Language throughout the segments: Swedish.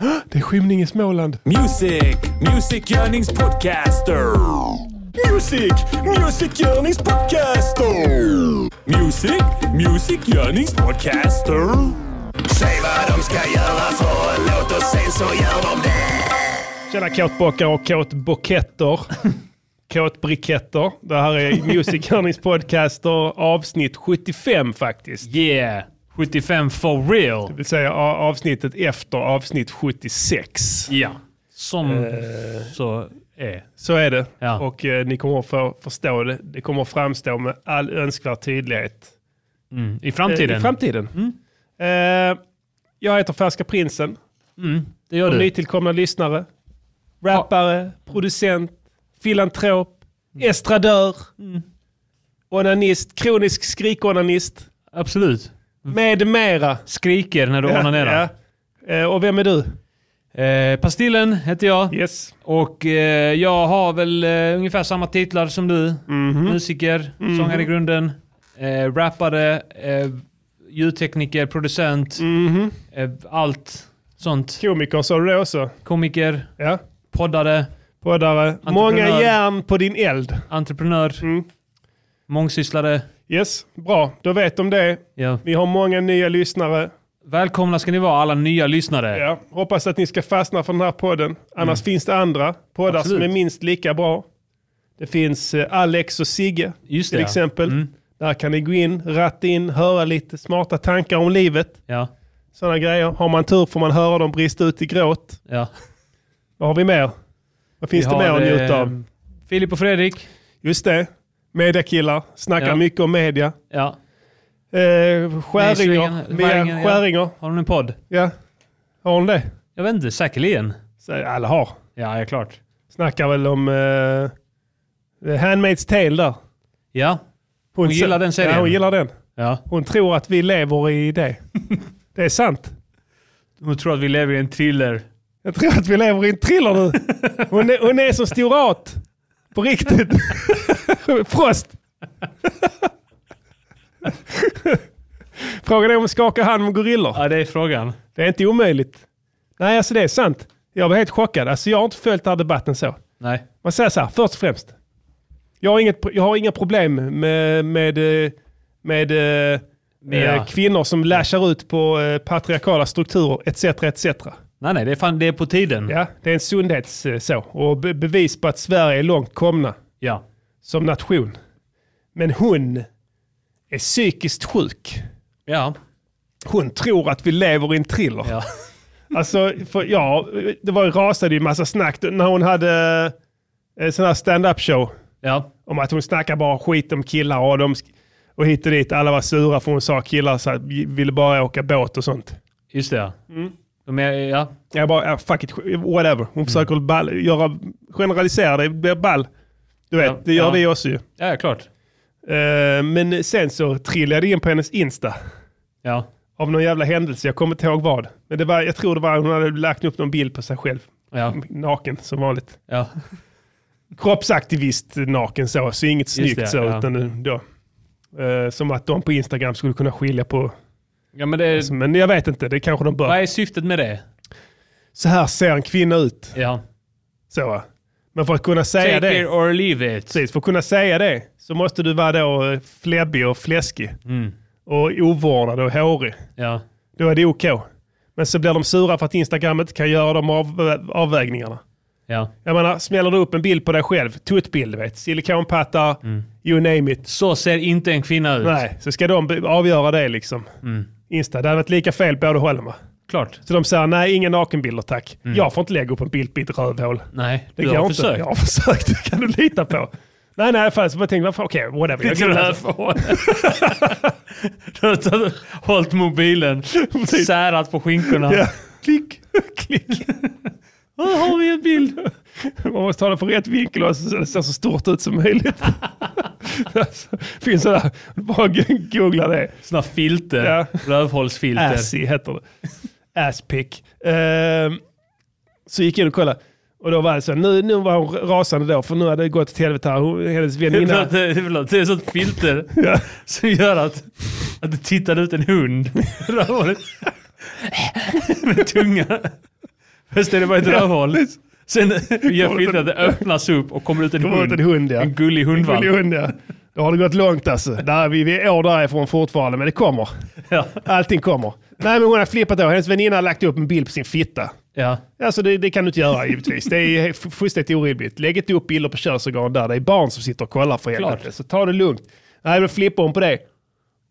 Det är skymning i Småland. Music, Music Yearnings Podcaster. Music, Music Yearnings Podcaster. Music, Music Yearnings Podcaster. Säg vad de ska göra för en låt och sen så gör de det. Tjena kåtbockar och kåtboketter. Kåtbriketter. Det här är Music Hörnings Podcaster avsnitt 75 faktiskt. Yeah! 75 for real! Det vill säga a- avsnittet efter avsnitt 76. Ja. Som Eh, så är. Så är det. Ja. Och eh, ni kommer att få förstå det. Det kommer att framstå med all önskvärd tydlighet. Mm. I eh, framtiden. I framtiden. Eh, jag heter Färska Prinsen. mm. Det gör Och du. nytillkomna lyssnare. Rappare, producent, filantrop, Mm. estradör, onanist, kronisk skrikonanist, Absolut. med mera. Skriker när du Mm. onanerar. Ja. Eh, Och vem är du? Eh, Pastillen heter jag. Yes. Och eh, jag har väl eh, ungefär samma titlar som du. Mhm. Musiker, sångare i grunden, eh, rappare, eh, ljudtekniker, producent. Eh, Mm. allt sånt. Komiker mhm. sa du det också. Komiker, Ja. poddare, Poddare. Många järn på din eld. entreprenör, Mm. mångsysslare. Yes, bra. Då vet de det. Ja. Vi har många nya lyssnare. Välkomna ska ni vara alla nya lyssnare. Ja. Hoppas att ni ska fastna för den här podden. Annars finns det andra poddar som Mm. Absolut. är minst lika bra. Det finns eh, Alex och Sigge. Just det. till ja. Mm. exempel. Där kan ni gå in, ratta in, höra lite smarta tankar om livet. Ja, Sådana grejer. Har man tur får man höra dem brista ut i gråt. ja. Vad har vi mer? Vad finns Vi det mer har, att njuta eh, av? Filip och Fredrik. Just det. Mediakillar. Snackar Ja. mycket om media. Ja. Eh, skäringer. Sväringar- Skäringer, Mia ja. Skäringer. Har de en podd? Ja. Har hon det? Jag vet inte, säkerligen. Så alla har. Ja, ja klart. Snackar väl om eh, The Handmaid's Tale där. Ja, Hon gillar den serien. Ja, hon gillar den. ja. Hon tror att vi lever i det. det är sant. Hon tror att vi lever i en thriller. Jag tror att vi lever i en thriller nu. Hon är, hon är som Storat. På riktigt. Frost. Frågan är om hon skakar hand med gorillor. Ja, det är frågan. Det är inte omöjligt. Nej, alltså det är sant. Jag var helt chockad. Alltså jag har inte följt den här debatten så. Nej. Man säger så här, först och främst. Jag har, inget, jag har inga problem med, med, eh, med, eh, Mia. eh, kvinnor som lashar ut på eh, patriarkala strukturer etc. etc. Nej, nej, det är, fan, det är på tiden. Ja, det är en sundhets eh, så. Och be- bevis på att Sverige är långt komna Ja. som nation. Men hon är psykiskt sjuk. Ja. Hon tror att vi lever i en thriller. ja. Alltså, för, ja, det var, rasade ju en massa snack när hon hade eh, en sån här stand-up show. ja. Om att hon snackar bara skit om killar och, de, sk- och hit och dit. Alla var sura för hon sa att killar så här, ville bara åka båt och sånt. Just det, ja. De är, ja. Jag bara, ja, fuck it, whatever. Mm. Hon försöker ball, göra, generalisera det, blir ball. Du vet, Ja, det gör ja. vi också ju. ja, ja, klart. Eh, men sen så trillade jag in på hennes Insta Ja. av någon jävla händelse. Jag kommer inte ihåg vad. Men det var, jag tror det var hon hade lagt upp någon bild på sig själv. Ja. Naken som vanligt. Ja. Kroppsaktivist naken så, så inget snyggt det, så. ja. Utan då, eh, som att de på Instagram skulle kunna skilja på. ja, men det... liksom, Men jag vet inte, det kanske de Vad bör. är syftet med det? Så här ser en kvinna ut. Ja. Så. va. Men för att kunna säga Take det. it or leave it. Precis, för att kunna säga det så måste du vara då eh, fläbbig och fläskig Mm. och ovårdad och hårig. Ja. Då är det OK. Men så blir de sura för att Instagram inte kan göra de av, eh, avvägningarna. Ja. Jag menar, smäller du upp en bild på dig själv, tuttbild, vet, silikonpatta, Mm. you name it. Så ser inte en kvinna ut. Nej, så ska de be- avgöra det liksom. Mm. Insta, det hade varit lika fel båda hållen va? Klart. Så de säger nej, inga nakenbilder tack. Mm. Jag får inte lägga upp en bild på ett rövhål. Nej, Det du går har inte. försökt. Jag har försökt, det kan du lita på. nej, nej, fast jag tänkte, varför- okej, whatever. Jag Vilken kan- rövhål. Du har tagit- hållit mobilen, särat på skinkorna. Typ. Ja. Klick, klick. Här har vi en bild. Man måste ta det på rätt vinkel och så det ser så stort ut som möjligt. Alltså, Finns det där? Bara googla det. Sådana filter. Ja. Äh, Rövhålsfilter. Assy heter det. Asspick. Ehm, så gick jag in och kollade. Och då var det så, nu, nu var hon rasande då, för nu hade det gått till helvete här. Hon- Hennes väninna. Förlåt, det- förlåt, Det är sånt filter som gör att, att det tittar ut en hund. Rövhålet. Med tunga. Hösten det var ett rövhål. Sen gör fittan att det öppnas upp och kommer ut en Kommer ut hund. en hund, ja. En gullig hundvalp. Miljon, ja. Då har det gått långt alltså. Där, vi, vi är år därifrån fortfarande, men det kommer. Ja. Allting kommer. Nej, men hon har flippat då. Hennes väninna har lagt upp en bild på sin fitta. ja. Alltså det, det kan du inte göra givetvis. Det är f- fullständigt orimligt. Lägg inte upp bilder på könsorgan där det är barn som sitter och kollar för helvete. Klart. Så ta det lugnt. Nej, men flippar hon på det.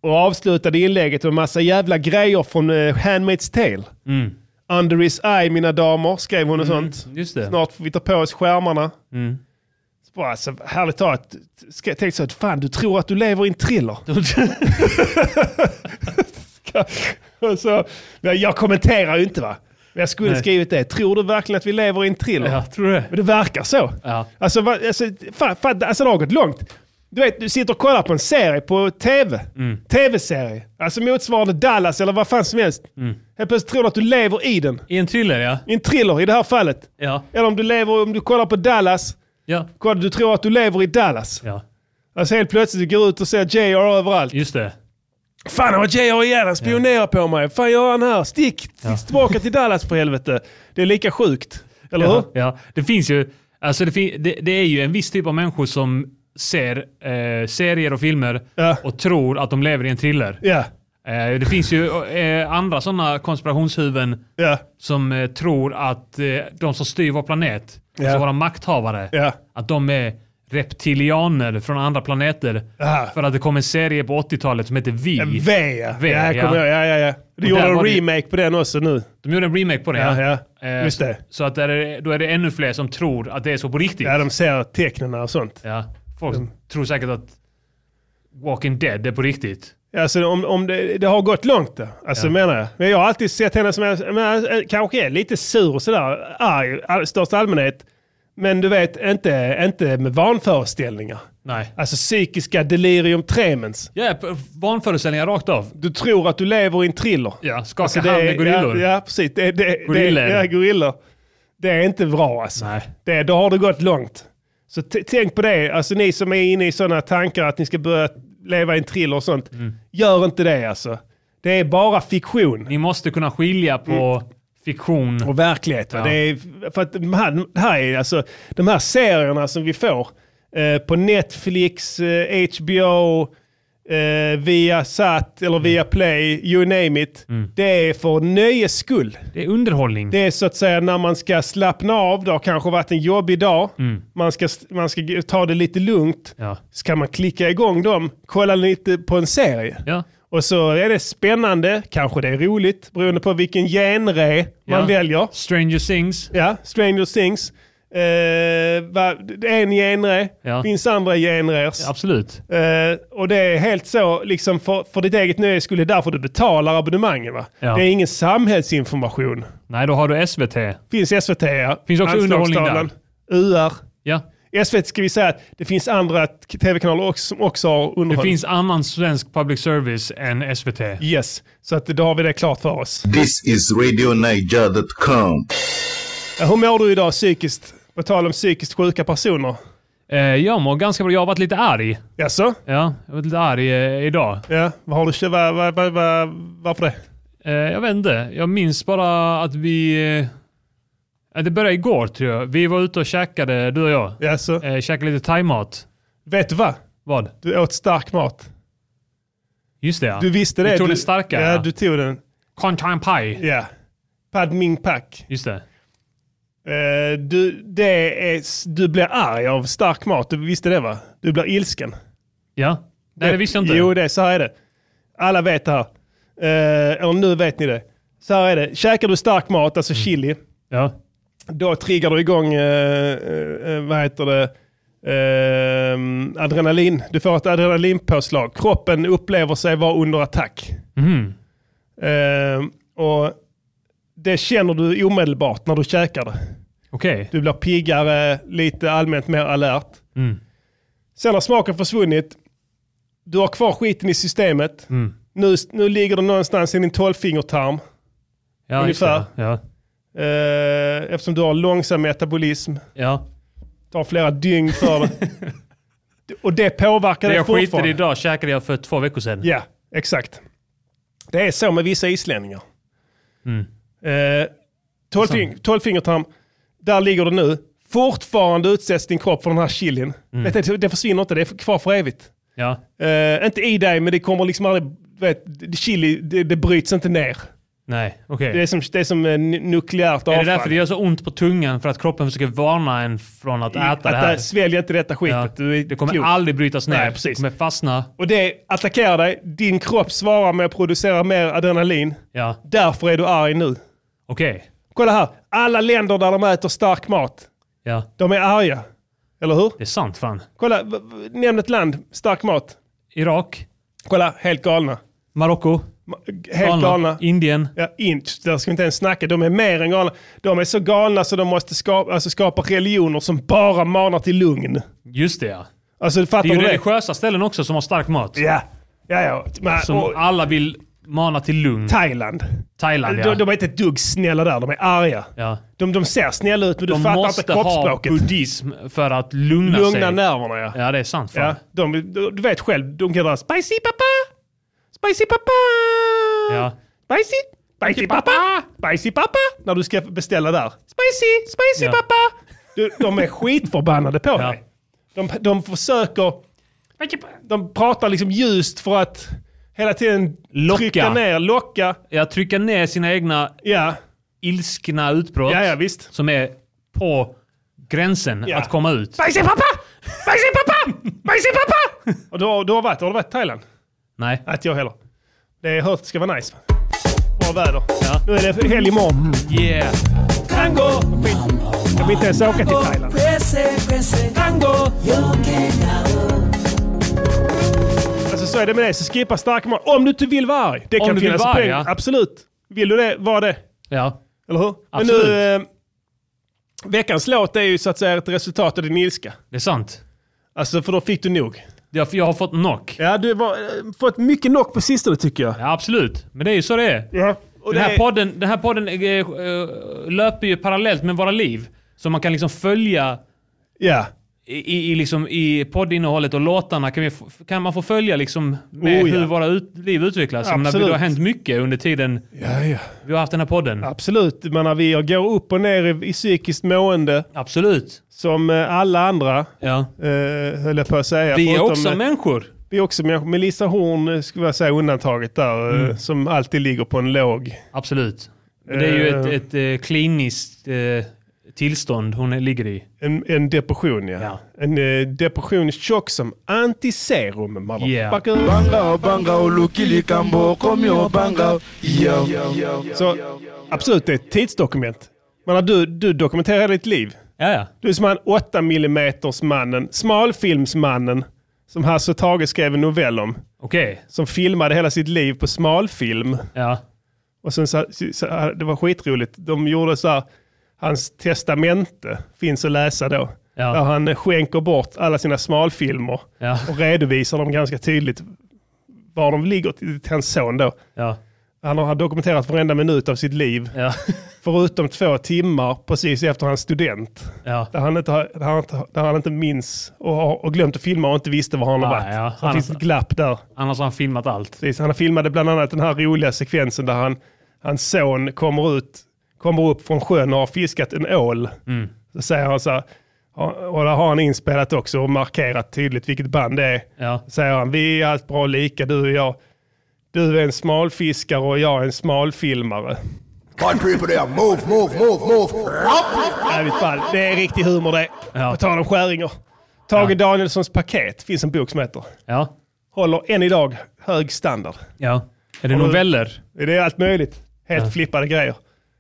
Och avslutade inlägget med en massa jävla grejer från eh, Handmaid's Tale. Mm. Under his eye mina damer, skrev hon och sånt. Just det. Snart får vi ta på oss skärmarna. Mm. Så bara, alltså, härligt talat, ska, tänk så att fan du tror att du lever i en thriller. Och så, men jag kommenterar ju inte va. Men jag skulle Nej. skrivit det. Tror du verkligen att vi lever i en thriller? Ja, tror du det? Men det verkar så. Ja. Alltså, va, alltså, fan, fan, alltså det har gått långt. Du vet, du sitter och kollar på en serie på tv. Mm. Tv-serie. Alltså motsvarande Dallas eller vad fan som helst. Mm. Helt plötsligt tror du att du lever i den. I en thriller ja. I en thriller i det här fallet. Ja. Eller om du lever, om du kollar på Dallas. Ja. Kolla, du tror att du lever i Dallas. ja. Alltså helt plötsligt du går ut och ser JR överallt. Just det. Fan, han var JR igen. Han spionerar på mig. Fan gör han här? Stick, Ja. stick tillbaka till Dallas för helvete. Det är lika sjukt. Eller hur? Ja, ja. Det finns ju, alltså det, fin- det, det är ju en viss typ av människor som ser eh, serier och filmer Ja. och tror att de lever i en thriller. Ja. Eh, det finns ju eh, andra sådana konspirationshuvuden Ja. som eh, tror att eh, de som styr vår planet, alltså våra makthavare, Ja. att de är reptilianer från andra planeter. Aha. För att det kom en serie på 80-talet som heter Vi. V ja. V, ja, jag kommer ja. ihåg. ja, ja, ja. Du Och gjorde där en var det- remake på den också nu. De gjorde en remake på den. Ja, ja. Eh, Just det. Så, så att där är, då är det ännu fler som tror att det är så på riktigt. Ja, de Mm. ser tecknen och sånt. Ja, folk tror säkert att Walking Dead är på riktigt. Alltså, om, om det, det har gått långt då. Alltså, Ja. menar jag. Men jag har alltid sett henne som, men, eh, kanske är lite sur och sådär, arg i all, största allmänhet. Men du vet, inte, inte med vanföreställningar. Nej. Alltså psykiska delirium tremens. Ja, p- vanföreställningar rakt av. Du tror att du lever i en thriller. Ja, skaka Alltså, hand med gorillor. Ja, ja precis. Det, det, Gorillor. Det, ja, gorillor. Det är inte bra alltså. Nej. Det, då har det gått långt. Så t- tänk på det, alltså ni som är inne i sådana tankar att ni ska börja leva i en thriller och sånt. Mm. Gör inte det alltså. Det är bara fiktion Ni måste kunna skilja på fiktion. Mm. och verklighet. va? Ja. Det är, för att de här, det här är, alltså, de här serierna som vi får eh, på Netflix, eh, HBO, eh, via Sat eller Mm. via Play, you name it. Det är för nöjes skull. Det är underhållning. Det är så att säga när man ska slappna av, det har kanske varit en jobbig dag, man, ska, man ska ta det lite lugnt, Mm. Ja. så kan man klicka igång dem, kolla lite på en serie. Ja. Och så är det spännande, kanske det är roligt, beroende på vilken genre man Ja. väljer. Stranger Things. Ja, Stranger Things. Eh, va, det är en genre, Ja. finns andra genrer. Absolut. Eh, och det är helt så, liksom för, för ditt eget nöje skulle därför du betalar abonnemangen. Va? Ja. Det är ingen samhällsinformation. Nej, då har du SVT. Finns SVT, ja. Finns också underhållning Anslagstavlan. UR. Ja. SVT ska vi säga att det finns andra k- tv-kanaler också, som också har Det underhållning. finns annan svensk public service än SVT. Yes, så att då har vi det klart för oss. This is RadioNiger.com. Eh, Hur mår du idag psykiskt? På tal om psykiskt sjuka personer. Eh, jag mår ganska bra. Jag har varit lite arg. Jaså? Ja, jag har varit lite arg eh, idag. Ja, vad har du kö- vad, vad, vad, vad, Varför det? Eh, jag vet inte. Jag minns bara att vi... Eh, ja, det började igår tror jag. Vi var ute och käkade, du och jag. Jaså? Eh, käkade lite thaimat. Vet du vad? Vad? Du åt stark mat. Just det ja. Du visste Vi det. tog du, den starka, Ja, ja. du tog den. Kontan paj. Ja. Pad Ming Pak. Just det. Eh, du, det är, s- du blir arg av stark mat. Du visste det va? Du blir ilsken. Ja. Nej, det visste jag inte. Jo, det, så här är det. Alla vet det här. Eh, eller nu vet ni det. Så här är det. Käkar du stark mat, alltså Mm. chili, Ja. då triggar du igång, eh, eh, vad heter det, eh, adrenalin. Du får ett adrenalinpåslag. Kroppen upplever sig vara under attack. Mhm. Eh, och det känner du omedelbart när du käkar det. Okej. Du blir piggare, lite allmänt mer alert. Mm. Sen har smaken försvunnit. Du har kvar skiten i systemet. Mm. Nu, nu ligger den någonstans i din tolvfingertarm. Ja, just Ungefär. det. Ja. Eh, eftersom du har långsam metabolism. ja. Tar flera dygn för det. Och det påverkar Det dig jag skiter i fortfarande. idag käkade jag för två veckor sedan. Ja, exakt. Det är så med vissa islänningar. Mm. Eh, Tolvfing- Tolvfingertarm, där ligger det nu. Fortfarande utsätts din kropp för den här chilin. Mm. Vet du, Det försvinner inte, det är kvar för evigt. Ja. Eh, inte i dig, men det kommer liksom aldrig... Vet, det- chili, det, det bryts inte ner. Nej, okej. Det är som, det är som eh, nu- nukleärt avfall. Är det därför det gör så ont på tungan? För att kroppen försöker varna en från att äta det här? Att, äh, svälj inte detta skitet. Ja. Du är Det kommer klok. aldrig brytas ner. Nej, precis. Det kommer fastna. Och det attackerar dig, din kropp svarar med att producera mer adrenalin. Ja, Därför är du arg nu. okej. Kolla här, alla länder där de äter stark mat, Ja, de är arga. Eller hur? det är sant fan. Kolla, v- v- nämn ett land, stark mat. Irak, Kolla, helt galna. Marocko, Ma- Helt galna. Indien. Ja, inte, där ska vi inte ens snacka. De är mer än galna. De är så galna så de måste skapa, alltså skapa religioner som bara manar till lugn. Just det ja. Alltså fattar Det är ju du det? religiösa ställen också som har stark mat. Ja, ja, ja. Men, och, Som alla vill mana till lugn. Thailand. Thailand ja. De, de är inte ett dugg snälla där, de är arga. ja. De, de ser snälla ut men du De fattar måste inte ha kroppsspråket. buddhism för att lugna, Lugna sig. nerverna ja. Ja, det är sant fan. ja. De, du du vet själv, de kan dra spicy pappa, spicy pappa, Ja. spicy, spicy pappa, spicy pappa. När du ska beställa där. Spicy, spicy Ja. pappa. Du, de är skitförbannade på Ja. dig. De, de försöker, de pratar liksom ljust för att hela tiden Locka. trycka ner, locka. Ja, trycka ner sina egna Ja, ilskna utbrott ja, ja visst. som är på gränsen Ja. att komma ut. Bajsi pappa! Bajsi pappa! Bajsi pappa! Och du har, du har, varit, har du varit i Thailand? Nej. Nej, inte jag heller. Det är hört ska vara nice. Bra väder. Ja. Nu är det helg imorgon. Yeah. Tango! Skit. Jag vill inte ens åka till Thailand. Press it, press it, Tango! you can now. Alltså så är det med dig, så skippa starka mat. Om du inte vill vara arg. Det Om kan du vill finnas vara arg, poäng. ja. Absolut. Vill du det, var det. Ja. Eller hur? Absolut. Men nu, eh, veckans låt är ju så att säga ett resultat av din ilska. Det är sant. Alltså för då fick du nog. Jag, jag har fått knock. Ja, du har eh, fått mycket knock på sistone tycker jag. Ja, absolut. Men det är ju så det är. Ja. Och Den det här är- podden, den här podden eh, eh, löper ju parallellt med våra liv. Så man kan liksom följa Ja. i, i- i, liksom, i poddinnehållet och låtarna kan, vi, f- kan man få följa liksom med Oh, ja. hur våra ut, liv utvecklas. Jag menar, Absolut. det har hänt mycket under tiden Ja, ja. vi har haft den här podden. Absolut, man när vi går upp och ner i, i psykiskt mående Absolut. som eh, alla andra, Ja. eh, höll jag på att säga. Vi är Förutom, också eh, människor. Vi är också människor. Melissa Horn eh, skulle jag säga undantaget där, eh, Mm. som alltid ligger på en låg. Absolut. Men det är ju Eh. ett, ett eh, kliniskt eh, tillstånd hon ligger i. En, en depression ja. Ja. En eh, depression tjock som antiserum. motherfucker. banga obanga oluki likambo okomi obanga yo, yo. Så absolut, det är ett tidsdokument. Men när du, du dokumenterar hela ditt liv. Ja, ja. Du är som han 8 mm mannen, smalfilmsmannen, som Hasse och Tage skrev en novell om. Okej. som filmade hela sitt liv på smalfilm. Ja. Och sen så, så, så, det var skitroligt. De gjorde så här, hans testamente finns att läsa då. Ja. Där han skänker bort alla sina smalfilmer Ja. och redovisar dem ganska tydligt var de ligger till till hans son då. Ja. Han har dokumenterat varenda minut av sitt liv, Ja. förutom två timmar precis efter hans student. Ja. Där han inte, har- där han, inte har- där han inte minns och, har- och glömt att filma och inte visste var han har Ah, varit. ja. Så det Han- finns ett glapp där. Annars har han filmat allt. Precis, han filmade bland annat den här roliga sekvensen där han, hans son kommer, ut, kommer upp från sjön och har fiskat en ål. Mm. Så säger han så här, och där har han inspelat också och markerat tydligt vilket band det är. Ja. Så säger han, vi är allt bra lika du och jag. Du är en smalfiskare och jag är en smalfilmare. Jävligt ball. Det är riktig humor det. Ja. På tal om skäringer. Tage Danielssons paket finns en bok som heter. Ja. Håller än idag hög standard. Ja. Är det noveller? Det är allt möjligt. Helt flippade grejer.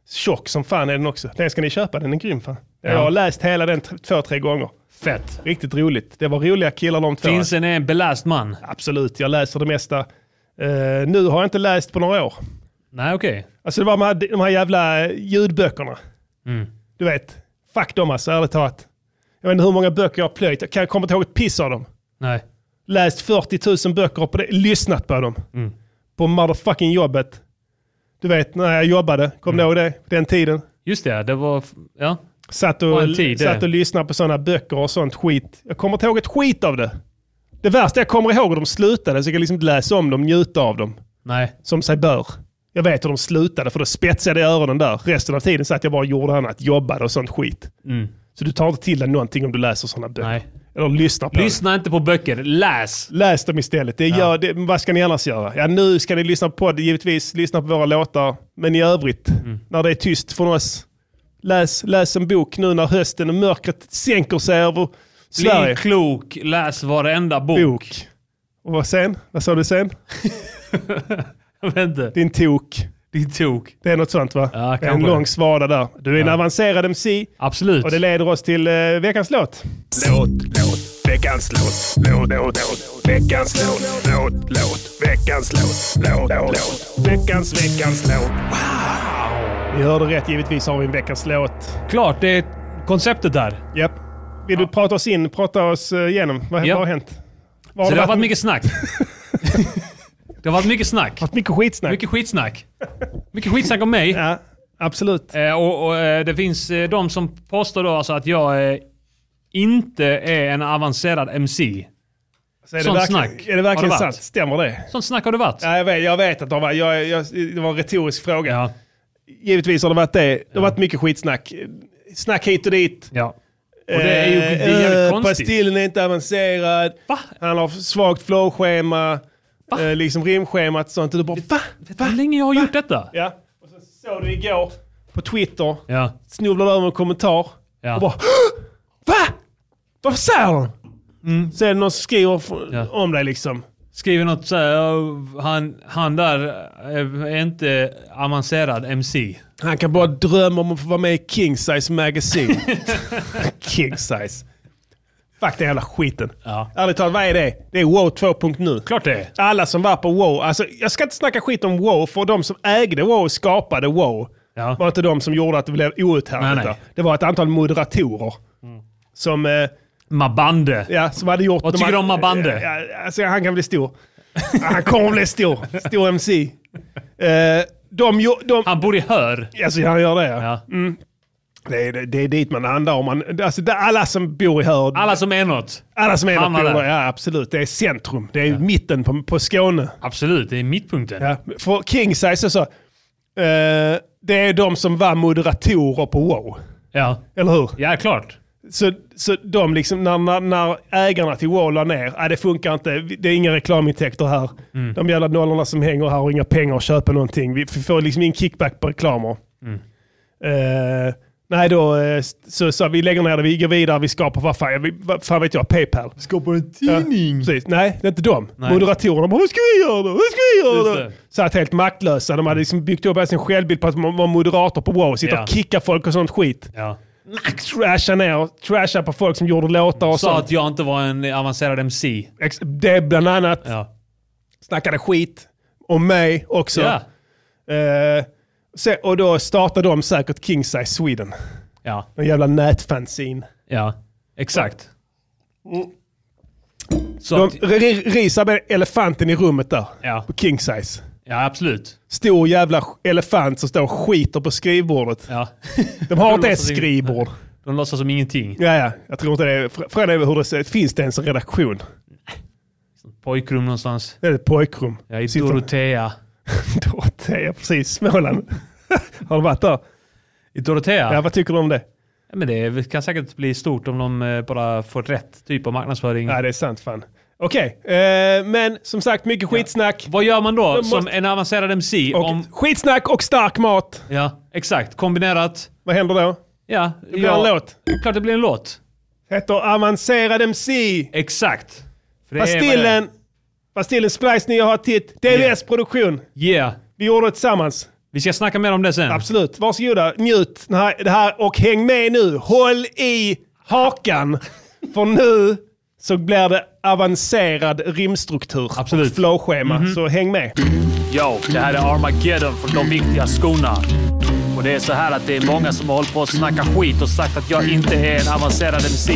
Tjock som fan är den också. Den ska ni köpa, den är grym fan. Jag har läst hela den t- två, tre gånger. Fett. Riktigt roligt. Det var roliga killar de två. Prinsen är en beläst man. Absolut, jag läser det mesta. Eh, nu har jag inte läst på några år. Nej, okej. Alltså det var de här, de här jävla ljudböckerna. Mm. Du vet, fuck dem alltså, ärligt talat. Jag vet inte hur många böcker jag har plöjt. Jag kan- Jag kommer inte ihåg ett piss av dem. Nej. läst 40 000 böcker och på det, lyssnat på dem. Mm. På motherfucking jobbet. Du vet när jag jobbade, kom Mm. du ihåg det? På Den tiden. Just det, ja. det var... Ja. Satt Var och, en tid, det. satt och lyssnade på sådana böcker och sånt skit. Jag kommer inte ihåg ett skit av det. Det värsta jag kommer ihåg är de slutade, så jag kan liksom inte läsa om dem, njuta av dem. Nej. Som sig bör. Jag vet hur de slutade för då spetsade jag öronen där. Resten av tiden satt jag bara och gjorde annat, jobbade och sånt skit. Så du tar inte till dig någonting om du läser sådana böcker. Mm. Nej. Eller lyssnar på dem. Lyssna inte på böcker, läs! Läs dem istället. Det gör, det, men vad ska ni annars göra? Ja, nu ska ni lyssna på det, givetvis. Lyssna på våra låtar. Men i övrigt, Mm. när det är tyst från oss, läs, läs en bok nu när hösten och mörkret sänker sig över Bli Sverige. klok, läs varenda bok. Bok. Och vad sen? Vad sa du sen? Jag vet inte, Din tok. din tok. Det är något sånt va? Ja, Det är en kanske. lång svada där. Du är en Ja. avancerad MC Absolut. och det leder oss till eh, veckans låt. Låt, låt, veckans låt, låt, låt, låt, veckans låt, låt, låt, veckans låt, låt, låt, veckans, veckans låt. Ni hörde rätt, givetvis har vi en veckans låt. Klart, det är konceptet där. Japp. Vill du prata oss in, prata oss eh, igenom? Vad, vad Ja. har hänt? Vad Så det har varit my- mycket snack. det har varit mycket snack. varit mycket skitsnack. Mycket skitsnack. Mycket skitsnack om mig. Ja, absolut. Eh, och, och, eh, det finns eh, de som påstår då alltså att jag eh, inte är en avancerad MC. Så är det sånt verkligen, snack Är det har det verkligen varit. sant? Stämmer det? Sånt snack har det varit. Ja, jag, vet, jag vet att det, har varit, jag, jag, det var en retorisk fråga. Ja. Givetvis har det varit det. Det har varit mycket skitsnack. Snack hit och dit. ja. Och det är ju det är jävligt Eh, konstigt. Pastillen är inte avancerad. Va? Han har svagt flowschema. Va? Eh, liksom rimschemat och sånt. Och du bara va? Vet du hur länge jag har gjort detta? Ja. Och så såg du igår på Twitter. Ja. Snubblade över en kommentar. Ja. Och bara "Hå? va? Vad säger de? Så är det någon som skriver f- Mm. Ja. om dig liksom. Skriver något såhär, han, han där eh, är inte avancerad MC. Han kan bara drömma om att få vara med i King Size Magazine. King Size. Fuck den jävla skiten. Ja. Ärligt talat, vad är det? Det är Wow 2.0. Klart det är. Alla som var på Wow. Alltså, jag ska inte snacka skit om Wow, för de som ägde Wow och skapade Wow Ja. var inte de som gjorde att det blev Nej, outhärdligt. nej. där. Det var ett antal moderatorer. Som, eh, Mabande. ja, som hade gjort... Vad de tycker hade- du om Mabande? Ja, alltså, han kan bli stor. han kommer bli stor. Stor MC. Eh, de, gjo- de, Han bor i Hör. alltså, han gör det ja. Ja. Det, är, det är dit man handlar om. Man, alltså, det, alla som bor i Hörd, alla, Alla som är något. som är hamnar där, där. ja absolut. Det är centrum. Det är mitten på, på Skåne. Absolut, det är mittpunkten. Ja, för King Size så, eh, det är de som var moderatorer på Wow. Ja, Eller hur? ja klart. Så, så de liksom, när, när, när ägarna till Wow la ner, äh, det funkar inte, Vi- det är inga reklamintäkter här. Mm. De jävla nollorna som hänger här har inga pengar att köpa någonting. Vi f- får liksom ingen kickback på reklamer. Mm. Eh, nej, då eh, s- så, så vi lägger ner det, vi går vidare, vi skapar, vad fan, vi, vad fan vet jag, Paypal. Skapar en Ja, precis. Nej, det är inte de. Moderatorerna bara, vad ska vi göra då? Vad ska vi göra Just då? det. Satt helt maktlösa. De hade liksom byggt upp sin självbild på att man var moderator på Wow. Sitta Ja. och kicka folk och sånt skit. Ja. Trasha ner, och trasha på folk som gjorde låtar och Sa sånt. att jag inte var en avancerad MC. Ex- Det bland annat. Ja. Snackade skit om mig också. Ja. Eh, se, och då startade de säkert King Size Sweden. ja. En jävla nätfanzine. Ja. Exakt. Så Mm. De att, r- risar med elefanten i rummet där. Ja. På King Size. ja, absolut. stor jävla elefant som står och skiter på skrivbordet. Ja. De har inte låter ens som- skrivbord. De låtsas som ingenting. Ja, ja. Jag tror inte det. är- fr- Frågan är hur det ser ut. Finns det ens en redaktion? Pojkrum någonstans. Det är ett pojkrum. Ja, i Sitter- Dorotea. Dorotea, precis. Småland. har du varit där? I Dorotea? Ja, vad tycker du om det? Ja, men det är- kan säkert bli stort om de eh, bara får rätt typ av marknadsföring. Ja, det är sant fan. Okej, eh, men som sagt mycket skitsnack. Vad gör man då måste- som en avancerad MC? Och Om, Skitsnack och stark mat. ja, exakt. Kombinerat. Vad händer då? Ja, Det blir en låt. Klart det blir en låt. Heter Avancerad MC. Exakt. För det är vad det är. Pastillen. Pastillen Splice, ni har titt. DVS produktion. Yeah. Vi gjorde det tillsammans. Vi ska snacka mer om det sen. Absolut. Varsågoda, njut det här, det här och häng med nu. Håll i hakan. För nu så blir det avancerad rimstruktur Absolut. Mhm. och flowschema. Så häng med. Yo, det här är Armageddon från Mm. De Viktiga Skorna. Och det är så här att det är många som har hållit på att snacka skit och sagt att Mm. jag inte är en avancerad MC.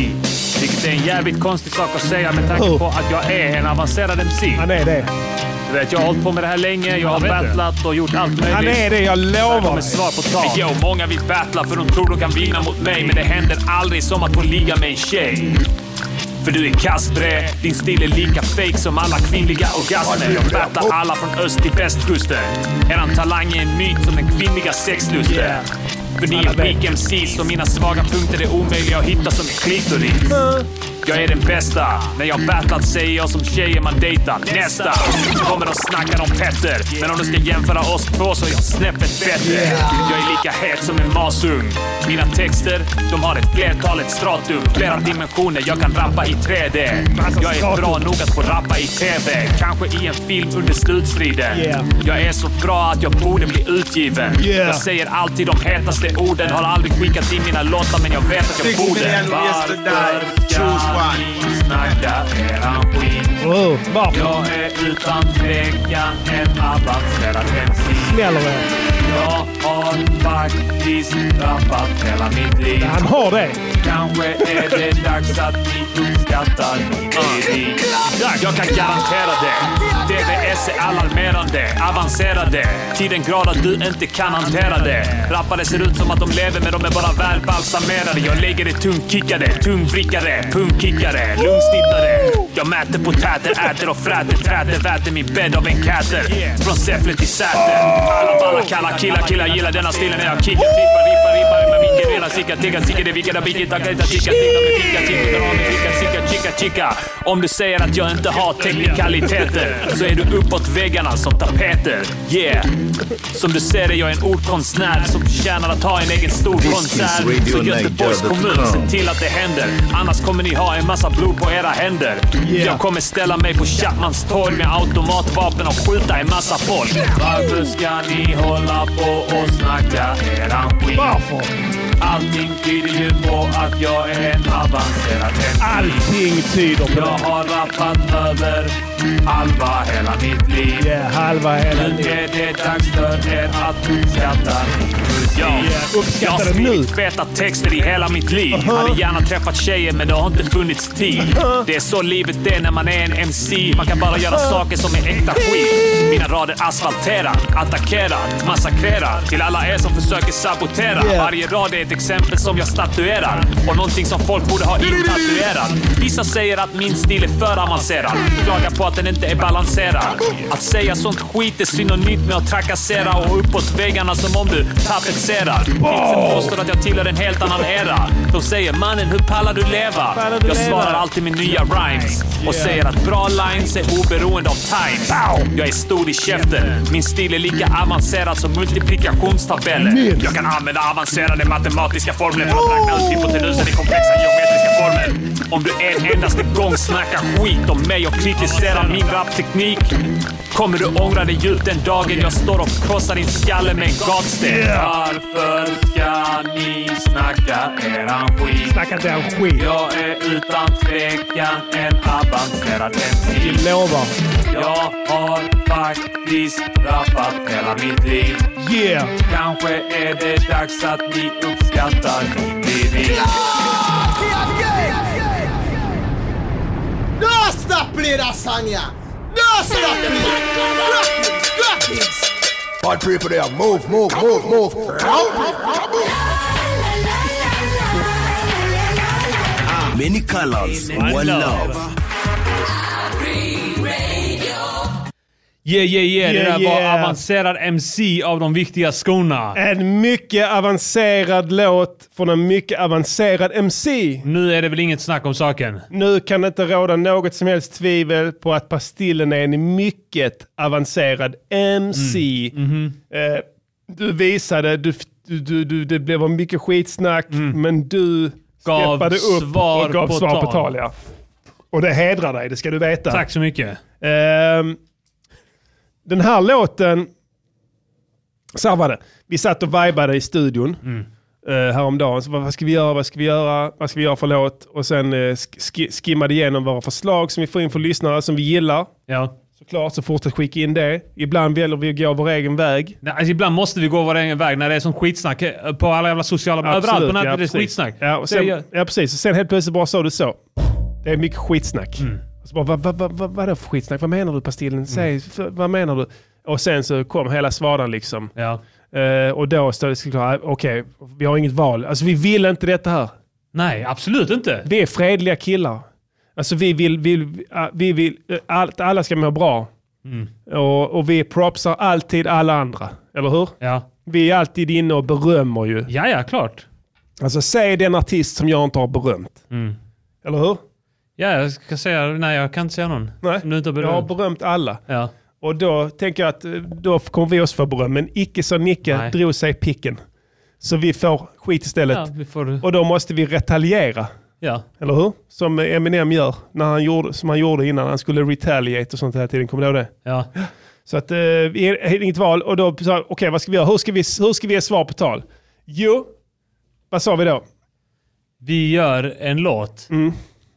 Vilket är en jävligt konstig sak att säga med Oh. tanke på att jag är en avancerad MC. Han är det. Du vet, jag har hållit på med det här länge, jag har battlat och gjort allt möjligt. Han är det, jag Här lovar. kommer svar på tal. Men yo, många vill battla för de tror de kan vinna mot mig. Men det händer aldrig som att få ligga med en tjej. För du är kass bre. Din stil är lika fake som alla kvinnliga orgasmer. Jag battar alla från öst till västkusten. Eran talang är en myt som den kvinnliga sexlusten. För ni är weak MCs och mina svaga punkter är omöjliga att hitta som en klitoris. Jag är den bästa. När jag battlat säger jag som tjejer man dejtar. Nästa! Kommer och snackar om Petter. Men om du ska jämföra oss två så är jag snäppet bättre. Jag är lika het som en masugn. Mina texter, de har ett flertal, ett stratum. Flera dimensioner, jag kan rappa i 3D. Jag är bra nog att få rappa i TV. Kanske i en film under slutstriden. Yeah. Jag är så bra att jag borde bli utgiven. Yeah. Jag säger alltid de hetaste orden. Har aldrig skickat in mina låtar men jag vet att jag Six borde. million yesterday. Varför ska Choose one. ni snacka eran skit? Wow. Varför? Jag är utan tvekan en avancerad MC. Smäller det? Jag har faktiskt rappat hela mitt liv. Han har det. Kanske är det dags att ni uppskattar Erik. Jag kan garantera det. DVS är alarmerande, avancerade. Till den grad att du inte kan hantera det. Rappare ser ut som att de lever men de är bara välbalsamerade. Jag lägger det tungkickade, tungvrickare, pungkickare, lungsnittare. Jag mäter potäter, äter och fräter, träter, väter min bädd av en käter. Från Säffle till Säter. Alla balla kalla killar, killar gillar denna stilen när jag kickar, trippar, rippar, rippar med min gerilla. Sicka, tigga, sicka, det vickar, bicket, tacka, hitta, ticka, ticka, med ficka, ticka, dra med ficka, sicka, chicka, chicka. Om du säger att jag inte har teknikaliteter så är du uppåt väggarna som tapeter. Yeah! Som du ser är jag en ordkonstnär som förtjänar att ha en egen stor This konsert. is Radio Så Göteborgs Niger dot kommun, com. se till att det händer. Annars kommer ni ha en massa blod på era händer. Yeah. Jag kommer ställa mig på Chapmans torg med automatvapen och skjuta en massa folk. Varför ska ni hålla på och snacka eran skit? Varför? Allting tyder ju på att jag är en avancerad MC. Allting tyder på Jag det. har rappat över halva hela mitt liv. Yeah, halva hela Nu livet. är det dags för er att uppskatta Ja, jag har uppskatta det nu. skrivit feta texter i hela mitt liv. Hade gärna träffat tjejer men det har inte funnits tid. Det är så livet är när man är en MC. Man kan bara göra saker som är äkta skit. Mina rader asfalterar, attackerar, massakrerar. Till alla er som försöker sabotera. Yeah. Varje rad är ett exempel som jag statuerar. Och någonting som folk borde ha intatuerat. Vissa säger att min stil är för avancerad. Klagar på att den inte är balanserad. Att säga sånt skit är synonymt med att trakassera och uppåt väggarna som om du tapetserar. Kidsen påstår att jag tillhör en helt annan era. De säger mannen hur pallar du leva? Pallar du jag leva? svarar alltid med nya rhymes och säger att bra lines är oberoende av time. Pow! Jag är stor i käften. Min stil är lika avancerad som alltså multiplikationstabeller. Jag kan använda avancerade matematiska formler för att räkna ut hypotenusen i komplexa geometriska former. Om du en endaste gång snackar skit om mig och kritiserar min rapteknik kommer du ångra dig djupt den dagen jag står och krossar din skalle med en gatsten. Varför ska ni snacka eran skit? Snacka inte om skit. Jag är utan tvekan en avancerad MC. Lovar. Jag har faktiskt rappat hela mitt liv. Yeah. Kanske är det dags att ni uppskattar mitt liv. No stop play that song, yeah. No stop play. Graphics, graphics. But people there, move, move, move, move. Many colors, one love. Yeah, yeah, yeah. Det Yeah, där var yeah. avancerad MC av de viktiga skorna. En mycket avancerad låt från en mycket avancerad MC. Nu är det väl inget snack om saken. Nu kan det inte råda något som helst tvivel på att Pastillen är en mycket avancerad MC. Mm. Mhm. Eh, du visade, du, du- du, du, det blev mycket skitsnack, men du Mm. Gav steppade upp svar och gav på svar på tal. tal. Ja. Och det hedrar dig, det ska du veta. Tack så mycket. Ehm, den här låten, så här var det. Vi satt och vibade i studion eh, häromdagen. Så bara, vad ska vi göra, vad ska vi göra, vad ska vi göra för låt? Och sen eh, sk- sk- skimmade igenom våra förslag som vi får in från lyssnare som vi gillar. Ja. Såklart, så fortsätt skicka in det. Ibland väljer vi att gå vår egen väg. Nej, Alltså, ibland måste vi gå vår egen väg när det är sånt skitsnack eh, på alla jävla sociala... överallt på nätet är det precis. skitsnack. Ja, och det sen, gör- ja, precis. Och sen helt plötsligt bara sa du så. Det är mycket skitsnack. Mm. Och så bara, vad, vad, vad, vad, vad är det för skitsnack? Vad menar du Pastillen? Säg, för, vad menar du? Och sen så kom hela svadan liksom. ja. Eh, och då stod det såklart, "Ah, okej, vi har inget val. Alltså vi vill inte detta här. Nej, absolut inte. Vi är fredliga killar. Alltså vi vill, vill, äh, vi vill äh, allt, alla ska må bra. Mm. Och, och vi propsar alltid alla andra, eller hur? Ja. Vi är alltid inne och berömmer ju. Ja, ja, klart. Alltså säg den artist som jag inte har berömt. Mm. Eller hur? Ja, jag ska säga... Nej, jag kan inte säga någon. Nej. Som du inte har Jag har berört. berömt alla. Ja. Och då tänker jag att eh, då kommer vi också få beröm. Men icke så Nicke Nej. drog sig i picken. Så vi får skit istället. Ja, vi får... Och då måste vi retaliera. Ja. Eller hur? Som Eminem gör, när han gjorde, som han gjorde innan. Han skulle retaliate och sånt hela tiden. Kommer du ihåg det? Ja. Så att, eh, vi hade inget val och då sa jag, okej vad ska vi göra? Hur ska vi, hur ska vi ge svar på tal? Jo, vad sa vi då? Vi gör en låt.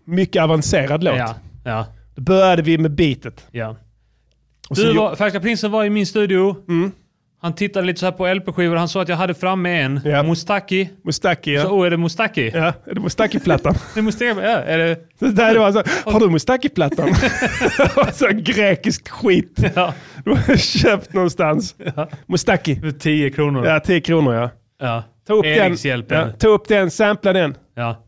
Mycket avancerad låt. Ja. Ja. Då började vi med beatet. Ja. Och Mm. så Du gjo- var, Färska Prinsen var i min studio. Han tittade lite så här på LP-skivor. Han sa att jag hade framme en. Ja. Mustaki. Mustaki, Så, ja. oh, är det Mustaki? ja. Är det Mustaki-plattan? Det är Mustaki. Ja, är det... Så där det var så, har du Mustaki-plattan? så grekisk skit. Ja. Du har köpt någonstans. Mustaki. 10 kronor. Ja, 10 kronor ja. Ja. Ta upp den. Erikshjälpen. Ja, ta upp den, sampla den. Ja.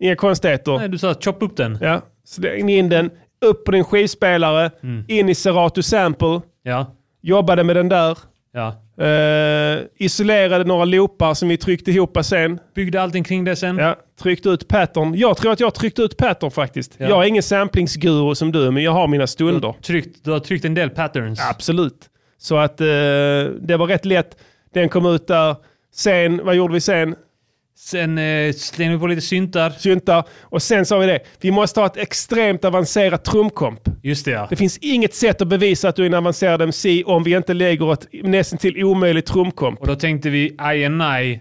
Inga konstigheter. Nej, du sa chop upp den. Ja. Släng in den, upp på din skivspelare, Mm. in i Serato Sample, Ja. jobbade med den där. Ja. Eh, isolerade några loopar som vi tryckte ihop sen. Byggde allting kring det sen. Ja, tryckte ut pattern. Jag tror att jag tryckte ut pattern faktiskt. Ja. Mm. Jag är ingen samplingsguru som du, men jag har mina stunder. Tryckt, du har tryckt en del patterns. Absolut. Så att eh, det var rätt lätt. Den kom ut där. Sen, vad gjorde vi sen? Sen eh, slängde vi på lite syntar. Syntar. Och sen sa vi det. Vi måste ha ett extremt avancerat trumkomp. Just det ja. Det finns inget sätt att bevisa att du är en avancerad MC om vi inte lägger ett nästan till omöjligt trumkomp. Och då tänkte vi INI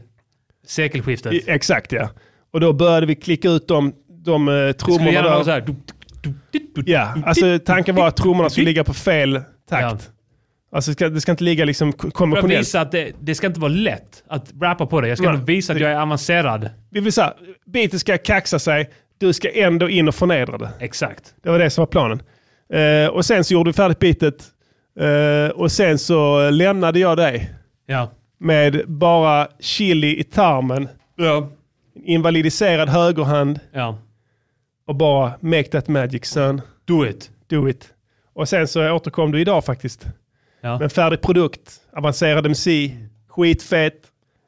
sekelskiftet. I- Exakt ja. Och då började vi klicka ut de, de eh, Skulle trummorna gärna vara där. så här. Du, du, du, du, du. Ja, alltså tanken var att trummorna skulle ligga på fel takt. Alltså ska, det ska inte ligga liksom k- För att konventionellt. visa att det, det ska inte vara lätt att rappa på det. Jag ska Nej. ändå visa att jag är avancerad. Vi vill säga, beatet ska kaxa sig, du ska ändå in och förnedra det. Exakt. Det var det som var planen. Eh, och sen så gjorde vi färdigt beatet eh, och sen så lämnade jag dig Ja. med bara chili i tarmen, Ja. invalidiserad högerhand ja. och bara make that magic son, Do it. do it. Och sen så återkom du idag faktiskt. Ja. Men färdig produkt, avancerad MC, skitfett.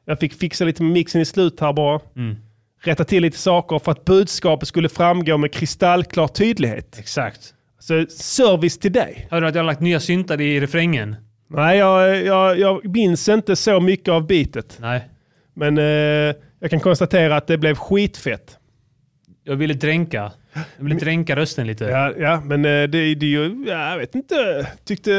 Jag fick fixa lite med mixen i slut här bara. Mm. Rätta till lite saker för att budskapet skulle framgå med kristallklar tydlighet. Exakt. Så service till dig. Hörde du att jag har lagt nya syntar i refrängen? Nej, jag, jag, jag minns inte så mycket av bitet. Nej. Men eh, jag kan konstatera att det blev skitfett. Jag ville dränka. Jag ville dränka rösten lite. Ja. Ja, ja men eh, det, det är ju, ja, jag vet inte, tyckte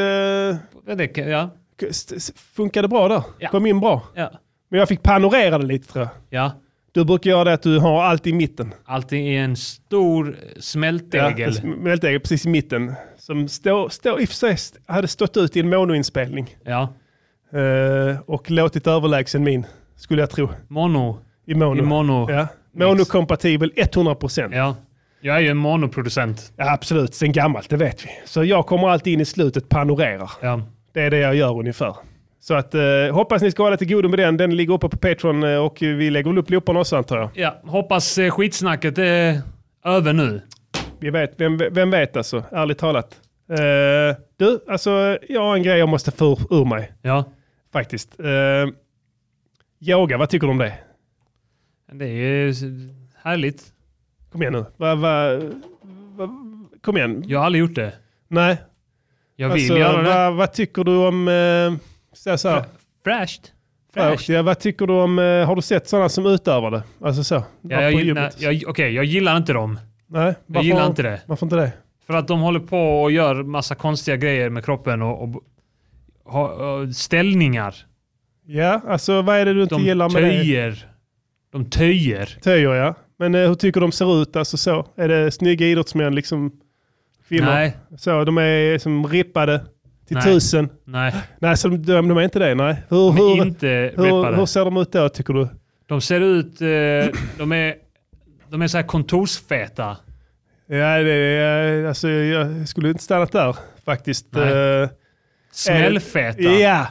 Det, kan- ja. st- st- funkade bra där. Ja. Kom in bra. Ja. Men jag fick panorera det lite tror jag. ja. Du brukar göra det att du har allt i mitten. Allting är en stor eh, smältdegel. Ja, en smältdegel precis i mitten. Som stå, stå, i och för sig st- hade stått ut i en monoinspelning. Ja. Eh, och låtit överlägsen min, skulle jag tro. Mono. I mono. I mono. Ja. Monokompatibel 100%. Ja. Jag är ju en monoproducent. Ja, absolut, sen gammalt, det vet vi. Så jag kommer alltid in i slutet, panorerar. Ja. Det är det jag gör ungefär. Så att, eh, hoppas ni ska hålla till godo med den. Den ligger uppe på Patreon eh, och vi lägger väl upp looparna också antar jag. ja. Hoppas eh, skitsnacket är över nu. Vi vet, vem, vem vet alltså, ärligt talat. Eh, du, alltså jag har en grej jag måste få ur, ur mig Ja. faktiskt. Eh, yoga, vad tycker du om det? Det är ju s- härligt. Kom igen nu. Va, va, va, kom igen. Jag har aldrig gjort det. Nej, Jag vill alltså, göra det. va, vad tycker du om... Eh, så, så, här, Fräscht. fräscht. ja, vad tycker du om... Eh, har du sett sådana som utövar det? Alltså så. Ja, jag, på gill- nej, gymmet. jag, okej, jag gillar inte dem. Nej, varför, Jag gillar inte det. Varför inte det? För att de håller på och gör massa konstiga grejer med kroppen och, och, ha- och ställningar. Ja, alltså vad är det du inte gillar De med det? töjer. De töjer. Töjer, ja. Men eh, hur tycker de ser ut? Alltså så. Är det snygga idrottsmän liksom? Filmer? Nej, Så, de är som rippade till Nej. tusen. nej. Nej, så de, de, de är inte det. Nej. Hur, De hur, är inte hur, hur rippade. ser de ut då tycker du? De ser ut... Eh, de är, de är så här kontorsfeta. Ja, det, ja, alltså, jag skulle inte stannat där faktiskt. Nej. Eh, Smällfeta. ja,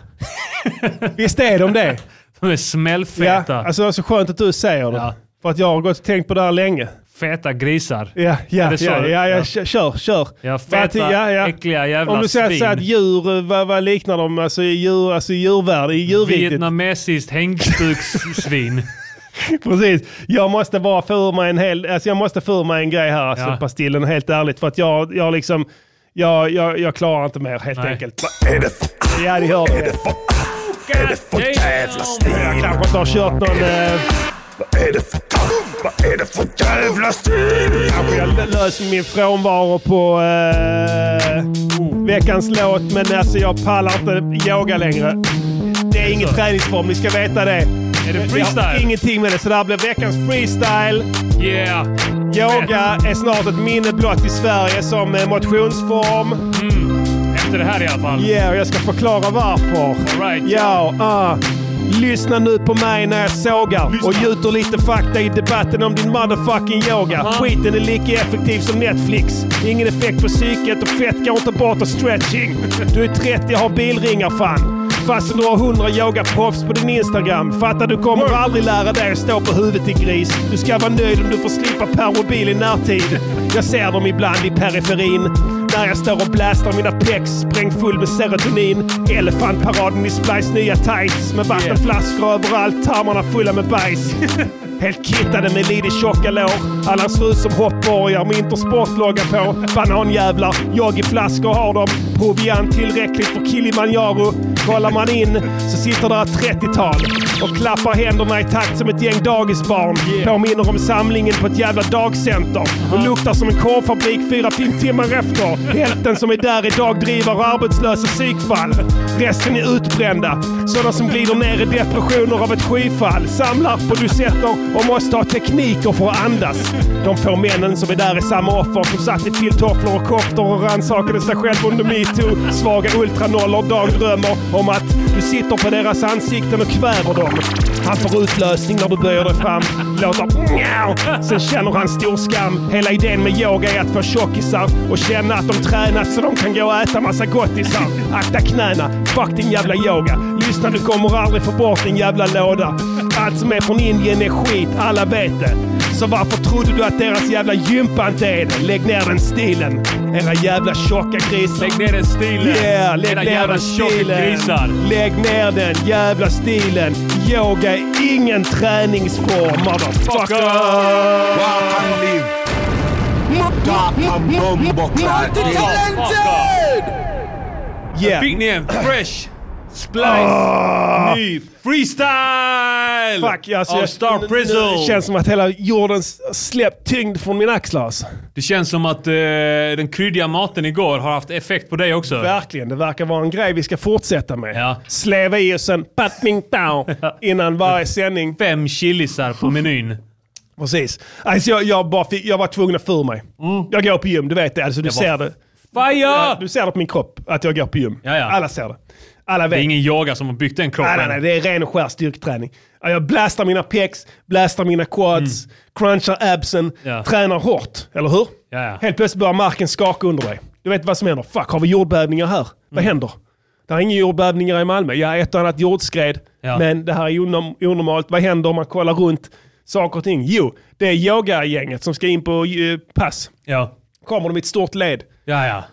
visst är de det? De är Ja, smällfeta. alltså, det är så skönt att du säger det. Ja. För att jag har gått och tänkt på det här länge. feta grisar. Ja, Är ja, det så? ja, ja, ja, kö- kör, kör. Ja, feta, Ja, ja. äckliga jävla Om du säger svin. så att djur, eh, vad, vad liknar de? Alltså i djur, alltså i djurvärld, i djurriket. Vietnamesiskt hängstugssvin. Precis. Jag måste bara få ur mig en hel, alltså jag måste få ur mig en grej här, alltså Ja. Pastillen, helt ärligt. För att jag, jag liksom, jag, jag, jag klarar inte mer helt Nej. enkelt. Är det för... Ja, det hör Är det du. för... Är det för jävla Jag stil? kanske inte har kört någon, eh, Vad är det för... Vad är det för jävla stil? kanske jag löser min frånvaro på eh, veckans låt, men alltså jag pallar inte yoga längre. Det är ingen träningsform, ni ska veta det. är det Jag har freestyle? ingenting med det, så det här blir veckans freestyle. Yeah! Yoga är snart ett minne blott i Sverige som eh, motionsform. Efter det här i alla fall. Ja, och jag ska förklara varför. Alright. Ja, ah. Lyssna nu på mig när jag sågar och gjuter lite fakta i debatten om din motherfucking yoga. Skiten är lika effektiv som Netflix. Ingen effekt på psyket och fett går inte bort och stretching. Du är 30 och har bilringar fan. Fastän du har 100 yogaproffs på din Instagram. Fattar du kommer aldrig lära dig att stå på huvudet i gris. Du ska vara nöjd om du får slippa Per och Bill i närtid. Jag ser dem ibland i periferin. När jag står och blastar mina pex sprängd full med serotonin. Elefantparaden i Splice nya tights med vattenflaskor överallt, tarmarna fulla med bajs. Helt kittade med lite tjocka lår. Allans fru som hoppborgar med Intersport-logga på. Bananjävlar, yogiflaskor har de. Proviant tillräckligt för Kilimanjaro. Kollar man in så sitter där ett 30-tal och klappar händerna i takt som ett gäng dagisbarn. Påminner om samlingen på ett jävla dagcenter. Och luktar som en korvfabrik fyra, fem timmar efter. Hälften som är där idag driver arbetslösa psykfall. Resten är utbrända. Sådana som glider ner i depressioner av ett skyfall. Samlar på dusetter och måste ha tekniker för att andas. De få männen som är där är samma offer som satt i filttofflor och koftor och rannsakade sig själv under metoo. Svaga ultranollor dagdrömmer om att du sitter på deras ansikten och kväver dem. Han får utlösning när du böjer dig fram. Låter mjau. Sen känner han stor skam. Hela idén med yoga är att få tjockisar och känna att de tränat så de kan gå och äta massa gottisar. Akta knäna. Fuck din jävla yoga. Lyssna, du kommer aldrig få bort din jävla låda. Allt som är från Indien är skit. Alla vet det. Så varför trodde du att deras jävla gympa inte är det? Lägg ner den stilen. Era jävla tjocka grisar. Lägg ner den stilen. Yeah, lägg Era ner jävla den tjocka stilen. grisar. Lägg ner den jävla stilen. Yoga är ingen träningsform, motherfucker. Walk and live. Talk and mumbo crap. Yeah. Fick ni en fresh splice ny freestyle! Ah. Fuck, alltså, av jag- Star nu- Prizzle! Det känns som att hela jorden s- släppt tyngd från min axlar. Alltså. Det känns som att eh, den kryddiga maten igår har haft effekt på dig också. Verkligen, det verkar vara en grej vi ska fortsätta med. Ja. Släva i oss en patning down innan varje sändning. Fem chilisar på menyn. Precis. Alltså, jag, jag, bara fick, jag var tvungen att få ur mig. Jag går på gym, du vet det. Alltså, du, var- ser det. Mm. Fire! du ser det på min kropp, att jag går på gym. Ja, ja. Alla ser det. Alla Det vet. är ingen yoga som har byggt den kroppen. Nej, nej, nej, det är ren och skär styrketräning. Ja, Jag blastar mina pecs, blastar mina quads, crunchar absen, Mm. Ja. tränar hårt. Eller hur? Ja, ja. Helt plötsligt börjar marken skaka under dig. Du vet vad som händer. Fuck, har vi jordbävningar här? Mm. Vad händer? Det är inga jordbävningar i Malmö. Ja, ett och annat jordskred. Ja. Men det här är onorm- onormalt. Vad händer om man kollar runt? Saker och ting. Jo, det är yoga-gänget som ska in på eh, pass. Ja, Kommer de i ett stort led. ja. ja.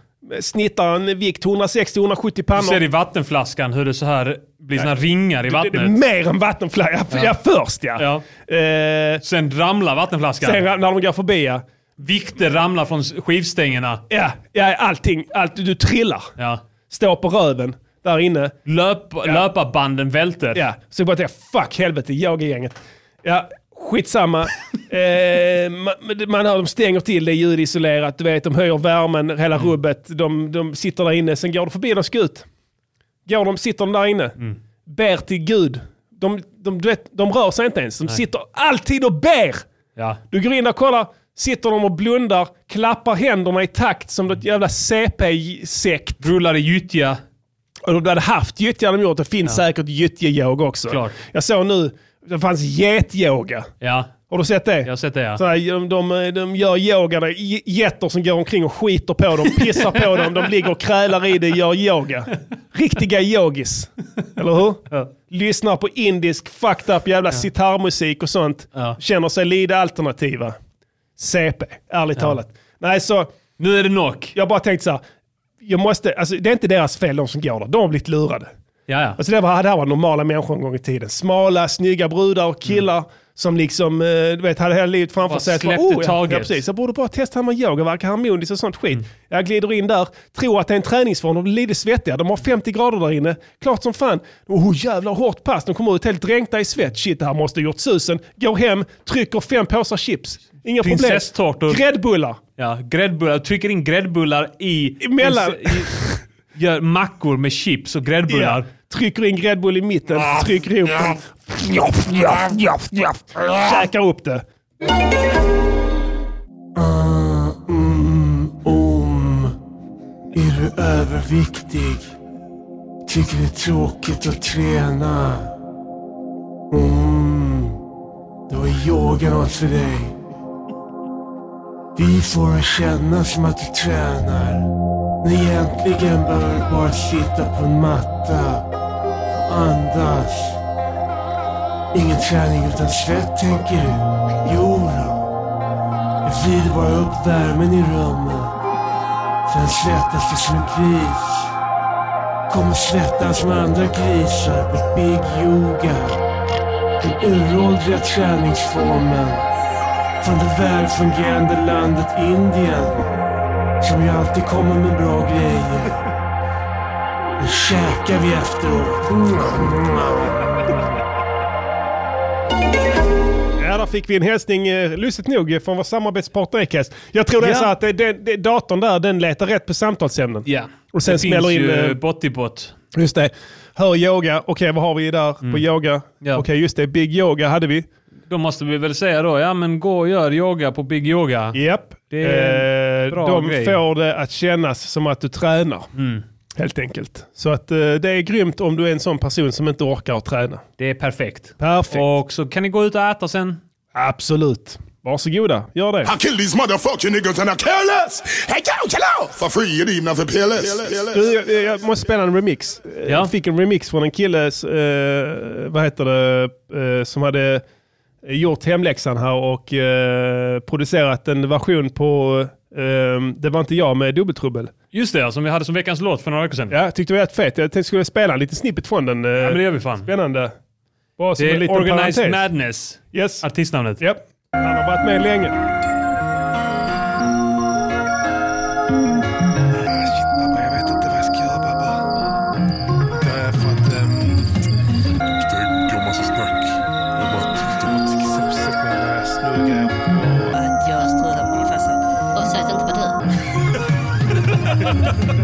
Snittar en vikt 160-170 pannor. Du ser i vattenflaskan hur det så här blir såna ringar i Det är vattnet. mer än vattenflaska. Ja. ja, först ja. Ja. Eh, Sen ramlar vattenflaskan. sen när de går förbi ja. Vikter ramlar från skivstängerna. Ja, ja allting. Allt, du trillar. Ja. Mm. Står på röven där inne. Löp, Löparbanden välter. Ja, så jag bara tänker fuck helvete, jag är gänget. Ja, skitsamma. eh, man, man hör de stänger till, det är ljudisolerat, du vet de höjer värmen, hela rubbet. De, de sitter där inne, sen går de förbi, de ska ut. Går de, sitter de där inne, ber till Gud. De, de, du vet, de rör sig inte ens, de sitter alltid och ber. Ja. Du går in och kollar, sitter de och blundar, klappar händerna i takt som något jävla CP-sekt. Rullar i gyttja. Och de hade haft gyttja de gjort. Det finns säkert gyttjeyoga också. Klart. Jag såg nu, det fanns getyoga. Ja, Har du sett det? jag har sett det ja. Så här, de, de, de gör yoga, där ge- getter som går omkring och skiter på dem, pissar på dem, de ligger och krälar i det, gör yoga. Riktiga yogis. Eller hur? Lyssnar på indisk fucked up jävla sitarmusik och sånt. Ja. Känner sig lite alternativa. CP, ärligt talat. Nej, så Nu är det knock. jag bara tänkte så här, jag måste, alltså, det är inte deras fel de som går där, de har blivit lurade. Ja, ja. Alltså det, var, det här var normala människor en gång i tiden. Smala, snygga brudar och killar som liksom, eh, du vet, hade hela livet framför Mm. Bara sig. att släppte bara, oh, ja, taget." Mm. ja, precis. Jag borde bara testa här med yoga, verkar harmonisk och sånt skit. Jag glider in där, tror att det är en träningsform, de blir lite svettiga, de har 50 grader där inne. Klart som fan. Oh jävlar hårt pass, de kommer ut helt dränkta i svett. Shit, det här måste ha gjort susen. Går hem, trycker fem påsar chips. Inga problem. Prinsesstårtor. Gräddbullar. Ja, gräddbullar. Trycker in gräddbullar i... Emellan. i- Gör mackor med chips och gräddbullar. Ja. Trycker in gräddbull i mitten, Ah, trycker ihop den, käkar upp det. Är du överviktig? Tycker det är tråkigt att träna? Mm. Då är yoga något för dig. Vi får det känna som att du tränar. När egentligen behöver du bara sitta på en matta och andas. Ingen träning utan svett tänker du? Jo då. Jag vrider bara upp värmen i rummet. Sen svettas du som en gris. Kommer svettas med andra grisar på Big Yoga. Den uråldriga träningsformen från det välfungerande landet Indien som ju alltid kommer med bra grejer. Nu käkar vi efteråt. Mm. Ja, där fick vi en hälsning, eh, lustigt nog, eh, från vår samarbetspartner Acast. Jag tror det är Ja. så att det, det, det, datorn där, den letar rätt på samtalsämnen. Ja. Och sen det smäller finns in, ju eh, bottibot. Just det. Hör yoga, okej vad har vi där på yoga? Mm. Ja. Okej just det, big yoga hade vi. Då måste vi väl säga då, ja men gå och gör yoga på Big Yoga. Japp. Det är en Eh, bra de grej. Mm. får det att kännas som att du tränar. Helt enkelt. Så att eh, det är grymt om du är en sån person som inte orkar att träna. Det är perfekt. Perfekt. Och så kan ni gå ut och äta sen. Absolut. Varsågoda, gör det. I kill these motherfucking niggas and I care less. Hey, yo, chill out. For free and even if it's peerless. Du, jag, jag- jag måste spela en remix. Eh, Ja. Jag fick en remix från en kille, eh, vad heter det, eh, som hade gjort hemläxan här och eh, producerat en version på eh, Det var inte jag med Dubbeltrubbel. Just det, ja, som vi hade som veckans låt för några veckor sedan. Ja, jag tyckte det var rätt fet. Jag tänkte skulle jag spela en liten snippet från den. eh, Men det gör vi fan. Spännande. Bara som Det en är liten Organized parentes. Madness, Yes. artistnamnet. Japp. Han har varit med länge. Pappa, jag vet inte vad jag ska göra pappa. Därför att... ehm, Det är en massa snack. tipset med när jag snurrar. att jag strulade på min farsa. Och säg att det inte var du.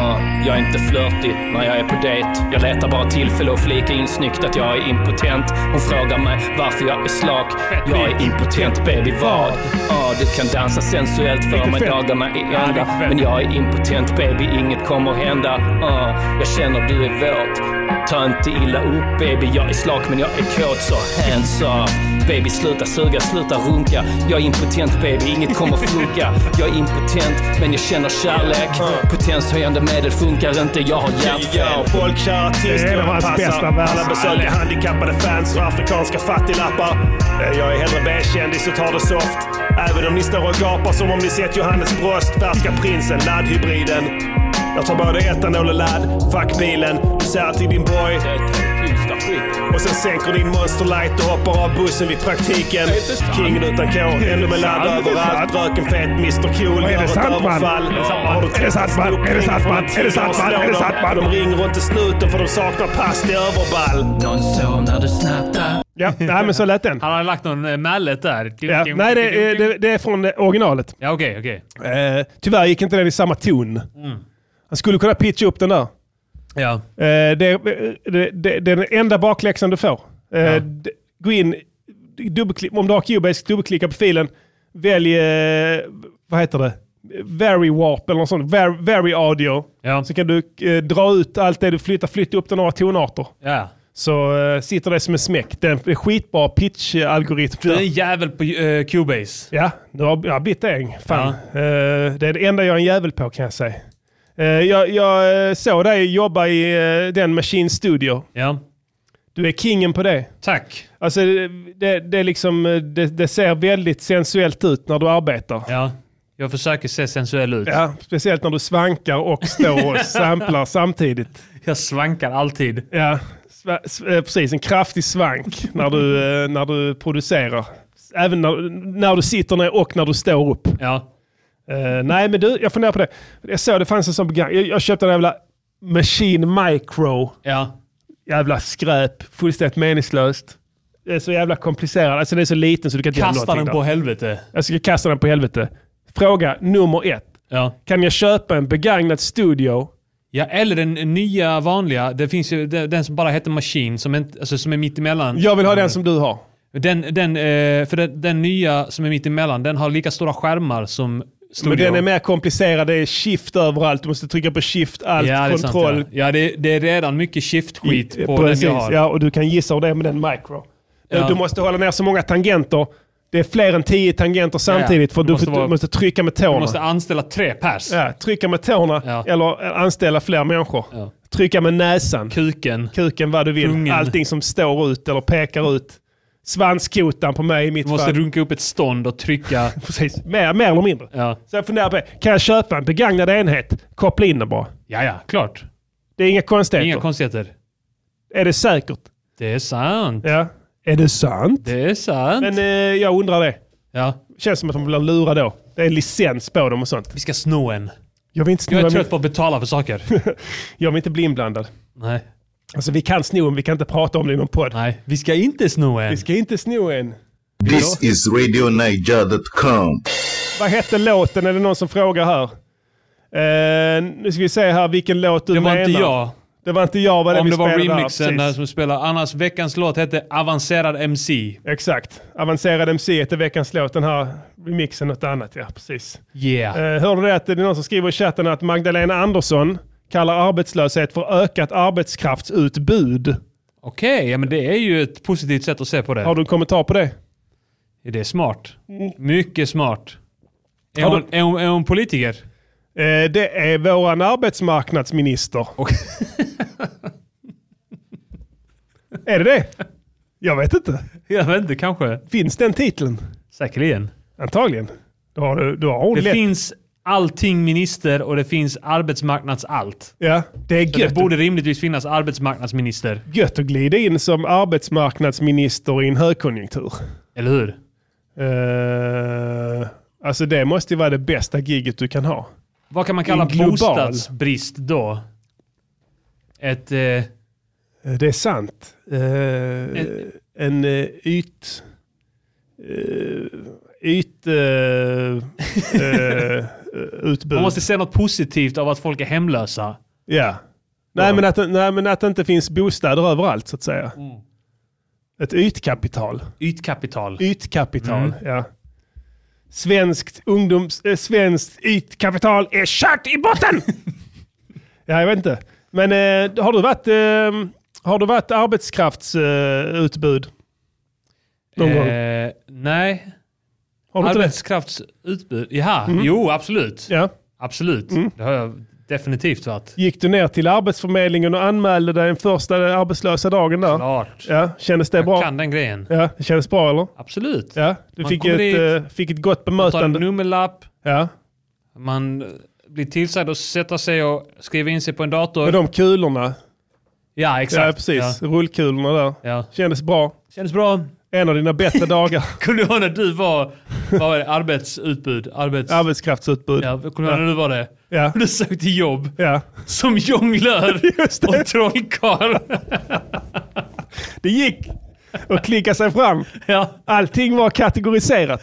Jag är inte flörtig när jag är på dejt. Jag letar bara tillfälle att flika in snyggt att jag är impotent. Hon frågar mig varför jag är slak. Jag är impotent, baby vad? Ja, du kan dansa sensuellt för mig dagarna i ända. Men jag är impotent, baby, inget kommer hända. Ja, jag känner du är våt. Ta inte illa upp, baby. Jag är slak, men jag är kåt, så hands off. Baby, sluta suga, sluta runka. Jag är impotent, baby. Inget kommer funka. Jag är impotent, men jag känner kärlek. Potenshöjande medel funkar inte. Jag har hjärtfel. Folk kör artist, Det är en av jag hans bästa passar. verser. Alla besöker handikappade fans och afrikanska fattiglappar. Eh, Jag är hellre B-kändis och tar det soft. Även om ni står och gapar som om ni sett Johannes bröst. Färska prinsen, laddhybriden. Jag tar både etanol och ladd. Fuck bilen. Du säger till din boy. Och sen sänker din Monster Light och hoppar av bussen vid praktiken. Kingen utan K, ännu med ladd överallt. Röken fet, Mr Cool det gör ett sant, man? överfall. Har du Är det sant, man? testat Är det sant, man? Är det snopet? sant, man? Är det sant, man? De ringer inte snuten för de saknar pass till överball. Någon såg när du snattade. Ja, nej men så lät den. Han hade lagt någon eh, mallet där. Ja, nej, det, är- det, det är från eh, originalet. Ja, okej, okej. Eh, tyvärr gick inte den i samma ton. Han skulle kunna pitcha upp den där. Ja. Eh, det, det, det, det är den enda bakläxan du får. Eh, d- Gå in, dubbelkli- om du har Cubase, dubbelklicka på filen. Välj, eh, vad heter det? Very Warp eller något sånt. Var, very Audio. Ja. Så kan du eh, dra ut allt det du flyttar, flytta upp det några tonarter. ja. Så eh, sitter det som en smäck. Det är en skitbra pitch-algoritm. Du är där. en jävel på eh, Cubase. Ja, det har jag har blivit det en. Fan. Eh, det är det enda jag är en jävel på kan jag säga. Eh, jag jag eh, såg dig jobba i eh, den Machine Studio. Ja. Du är kingen på det. Tack. Alltså, det, det, är liksom, det, det ser väldigt sensuellt ut när du arbetar. Ja, jag försöker se sensuell ut. Ja, speciellt när du svankar och står och samplar samtidigt. Jag svankar alltid. Ja, sva, s- eh, precis. En kraftig svank när du, eh, när du producerar. Även när, när du sitter ner och när du står upp. Ja. Eh, nej, men du, jag funderar på det. Jag såg det fanns en sån begag- jag, jag köpte en jävla Machine Micro. Ja. Jävla skräp. Fullständigt meningslöst. Det är så jävla komplicerad. Alltså den är så liten så du kan inte Kasta göra den någonting på där. helvete. Jag ska kasta den på helvete. Fråga nummer ett. Ja. Kan jag köpa en begagnad studio? Ja, eller den nya vanliga. Det finns ju de- den som bara heter Machine, som, inte, alltså, som är mitt emellan. Jag vill ha den som du har. Den, den, eh, för den, den nya som är mitt emellan, den har lika stora skärmar som Studio. Men den är mer komplicerad. Det är shift överallt. Du måste trycka på shift, allt, ja, det är sant, kontroll. ja, ja det, det är redan mycket shift-skit på Precis, den jag har. ja. Och du kan gissa hur det är med den micro. Du- Ja. Du måste hålla ner så många tangenter. Det är fler än tio tangenter samtidigt för Du du måste måste, vara- måste trycka med tårna. Du måste anställa tre pers. Ja, trycka med tårna eller eh, anställa fler människor. Trycka med näsan. Kuken. Kuken, vad du vill. Pungen. Allting som står ut eller pekar ut. Svanskotan på mig i mitt Du måste fall. runka upp ett stånd och trycka. Precis. Mer, mer eller mindre. Ja. Så jag funderar på, kan jag köpa en begagnad enhet? Koppla in den bara. ja, ja, klart. Det är inga konstigheter. Inga konstigheter. är det säkert? Det är sant. Ja. Är det sant? Det är sant. Men eh, jag undrar det. Ja. Känns som att de blir lurade då. Det är licens på dem och sånt. Vi ska sno en. Jag vill inte, Jag sno, är jag trött på att betala för saker. jag vill inte bli inblandad. Nej. Alltså vi kan sno en, vi kan inte prata om det i någon podd. Nej, vi ska inte sno en. Vi ska inte sno en. This is RadioNiger.com. Vad hette låten? Är det någon som frågar här? Eh, nu ska vi se här vilken låt du Det var menar. inte jag. Det var inte jag. Vad det Om vi det var spelade här, remixen precis. där som spelar. Annars, veckans låt hette Avancerad MC. Exakt. Avancerad MC heter veckans låt. Den här remixen något annat, ja precis. Yeah. Eh, hörde du det att det är någon som skriver i chatten att Magdalena Andersson kallar arbetslöshet för ökat arbetskraftsutbud. Okej, ja, men det är ju ett positivt sätt att se på det. Har du en kommentar på det? Är det smart? Mycket smart. Är Har du- hon, är, hon, är hon politiker? Eh, det är våran arbetsmarknadsminister. är det det? Jag vet inte. Jag vet inte, kanske. Finns den titeln? Säkerligen. Antagligen. Då har, du, då har hon Det lätt. finns allting minister och det finns arbetsmarknadsallt. Ja, det är Så det gött, borde rimligtvis finnas arbetsmarknadsminister. gött att glida in som arbetsmarknadsminister i en högkonjunktur. Eller hur? Eh, alltså det måste ju vara det bästa giget du kan ha. Vad kan man kalla En global. bostadsbrist då? Ett... Eh, Eh, Det är sant. Eh, en eh, yt... Uh, yt... eh, eh, utbud. man måste se något positivt av att folk är hemlösa. Ja. Nej, men att, nej, men att det inte finns bostäder överallt så att säga. Ett ytkapital. Ytkapital. Ytkapital, Mm, ja. Svenskt ungdoms... Äh, svenskt ytkapital är kört i botten! ja, jag vet inte. Men eh, har du varit, eh, har du varit arbetskraftsutbud? Eh, utbud? Någon gång? Eh, nej. Har du inte det? Mm. Arbetskraftsutbud? Jaha, jo absolut. Ja. Mm. Absolut. Det har jag definitivt varit. Gick du ner till Arbetsförmedlingen och anmälde dig den första arbetslösa dagen där? Klart. Ja, kändes det Jag bra? kan den grejen. Ja, det kändes bra eller? Absolut. Ja, du Man fick kommer ett, dit. eh, fick ett gott Man tar en bemötande. nummerlapp, Ja. man eh, blir tillsagd att sätta sig och skriva in sig på en Med dator. de kulorna. Ja, exakt. Ja, precis. Rullkulorna där. Ja. Ja. Kändes bra. Kändes bra. En av dina bättre dagar. Kunde du ha när du var, vad var det, arbetsutbud? Arbets... Arbetskraftsutbud. Ja, kunde du ha när du var det? Ja. Du sökte jobb ja. som jonglör Just det. och trollkarl. Det gick att klicka sig fram. Ja. Allting var kategoriserat.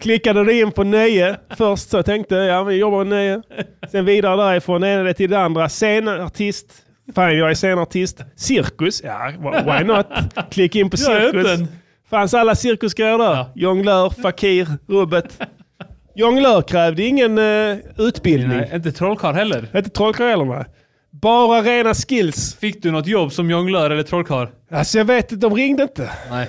Klickade du in på nöje först så tänkte jag, ja vi jobbar med nöje. Sen vidare därifrån, ena det till det andra. Scenartist. Fan, jag är scenartist. Cirkus, ja why not? Klick in på Jag är cirkus. öppen. Fanns alla cirkusgrejer där. Jonglör, fakir, rubbet. Jonglör krävde ingen eh, utbildning. Nej, inte trollkarl heller. Inte trollkarl heller va? Bara rena skills. Fick du något jobb som jonglör eller trollkarl? Alltså jag vet inte, de ringde inte. Nej.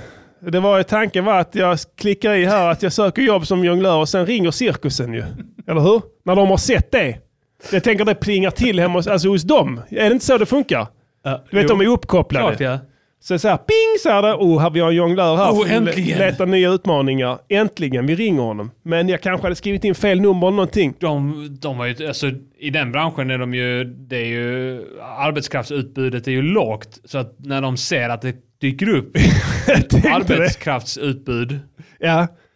Det var ju tanken var att jag klickar i här att jag söker jobb som jonglör och sen ringer cirkusen ju. Eller hur? När de har sett det. Jag tänker det plingar till hemma hos, alltså hos dem. Är det inte så det funkar? Ja, Du vet, jo. de är uppkopplade. Klart ja. Så så här, ping så här, där, oh, här vi har en jonglör här. Oh, som le- äntligen. Letar nya utmaningar. Äntligen, vi ringer honom. Men jag kanske hade skrivit in fel nummer eller någonting. De, de har ju, alltså, I den branschen är de ju, det är ju, arbetskraftsutbudet är ju lågt. Så att när de ser att det dyker upp ett arbetskraftsutbud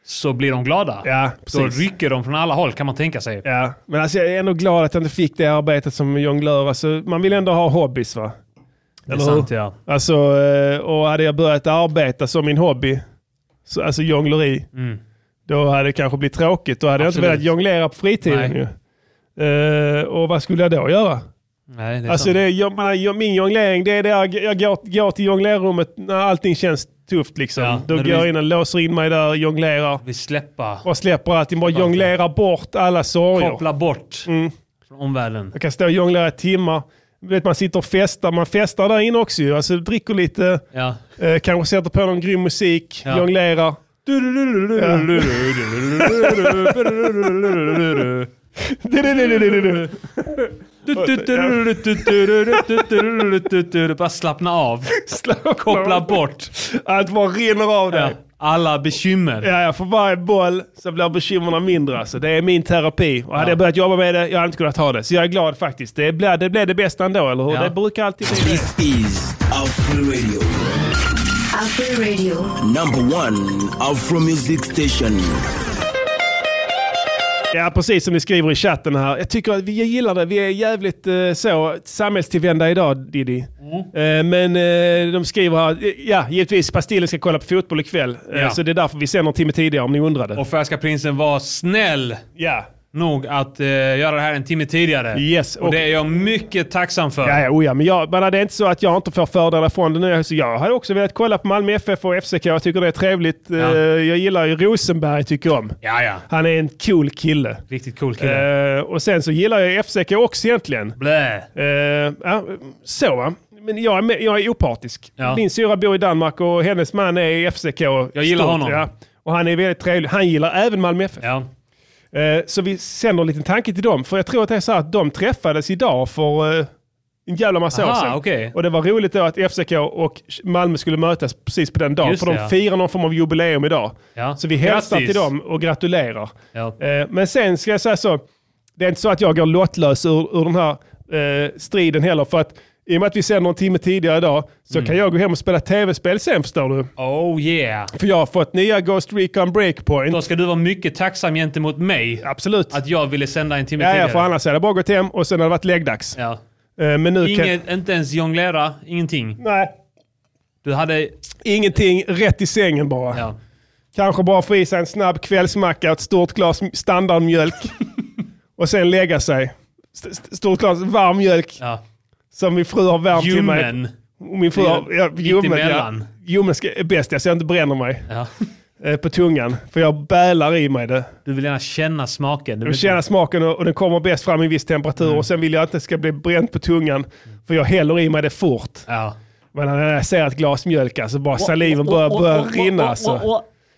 så blir de glada. Ja, Då precis. rycker de från alla håll kan man tänka sig. Ja, men alltså, jag är ändå glad att jag inte fick det arbetet som jonglör. Alltså, man vill ändå ha hobbies va? Det är sant, ja. Alltså, eh, och hade jag börjat arbeta som min hobby, så, alltså jongleri, Mm. då hade det kanske blivit tråkigt. Då hade Absolut. jag inte velat jonglera på fritiden. Nej. Ju. Eh, och vad skulle jag då göra? Nej, det är Alltså sant. det, är- jag, man, jag, min jonglering, det är där jag, jag går, går till jonglerrummet när allting känns tufft. Liksom. då när går du jag vill- in och låser in mig där, jonglerar. Vi släppa, Och släpper allting, bara jonglerar bort alla sorger. koppla bort från omvärlden. Jag kan stå och jonglera i timmar. Du Vet, man sitter och festar, man festar där inne också ju. Alltså dricker lite, Ja. eh, kanske sätter på någon grym musik, Ja. jonglerar. Ja. Bara slappna av. Koppla bort. Allt bara rinner av dig. Alla bekymmer. Ja, ja, för varje boll så blir bekymren mindre. Alltså. Det är min terapi. Och hade jag börjat jobba med det, jag hade inte kunnat ha det. Så jag är glad faktiskt. Det blev det, blev det bästa ändå, eller hur? Ja. Det brukar alltid bli det. is Afro Radio. Afro Radio. Number one Afro music station. Ja, precis som ni skriver i chatten här. Jag tycker att vi jag gillar det. Vi är jävligt eh, så samhällstillvända idag, Diddy. Mm. Eh, men eh, de skriver här, eh, ja, givetvis Pastillen ska kolla på fotboll ikväll. Eh, Ja. Så det är därför vi sänder en timme tidigare, om ni undrade. Och Färska Prinsen var snäll ja. nog att eh, göra det här en timme tidigare. Yes, och, och- det är jag mycket tacksam för. Ja, ja, oja, men, jag, men det är inte så att jag inte får fördelar från det nu. Så jag hade också velat kolla på Malmö FF och FCK. Jag tycker det är trevligt. Eh, Jag gillar ju Rosenberg, tycker jag om. Ja, ja. Han är en cool kille. Riktigt cool kille. Eh, och sen så gillar jag FCK också egentligen. Blä. Eh, ja, så va. Men jag är, med, jag är opartisk. Ja. Min syrra bor i Danmark och hennes man är i FCK. Jag gillar honom. Ja. Och han är väldigt trevlig. Han gillar även Malmö FF. Eh, så vi sänder en liten tanke till dem. För jag tror att det är så här att de träffades idag för eh, en jävla massa år Aha, sedan. okej. Och det var roligt då att FCK och Malmö skulle mötas precis på den dagen. Just för de det, ja. firar någon form av jubileum idag. Ja. Så vi hälsar Grattis. till dem och gratulerar. Ja. Eh, Men sen ska jag säga så, det är inte så att jag går lottlös ur, ur den här eh, striden heller. För att i och med att vi sänder en timme tidigare idag så Mm. kan jag gå hem och spela tv-spel sen förstår du. Oh yeah. För jag har fått nya Ghost Recon Breakpoint. Då ska du vara mycket tacksam gentemot mig. Absolut. Att jag ville sända en timme Ja, ja, tidigare. för annars hade jag bara gått hem och sen hade det varit läggdags. Ja. Eh, Men nu kan... Inget, inte ens jonglera, ingenting. Nej. Du hade... Ingenting, rätt i sängen bara. Kanske bara få i sig en snabb kvällsmacka, ett stort glas standardmjölk och sen lägga sig. St- st- Stort glas varm mjölk som min fru har värmt till mig. Ljummen. Och Min fru har, ja, Mitt ljummen, ja. emellan. ljummen ska, är bäst, jag ser inte bränner mig Ja. eh, på tungan. För jag bälar i mig det. Du vill gärna känna smaken. Du Jag vill känna smaken och, och den kommer bäst fram i viss temperatur. Mm. Och sen vill jag att det ska bli bränt på tungan. För jag häller i mig det fort. Men när jag ser ett glas mjölk, alltså bara saliven börjar, börjar rinna. Alltså.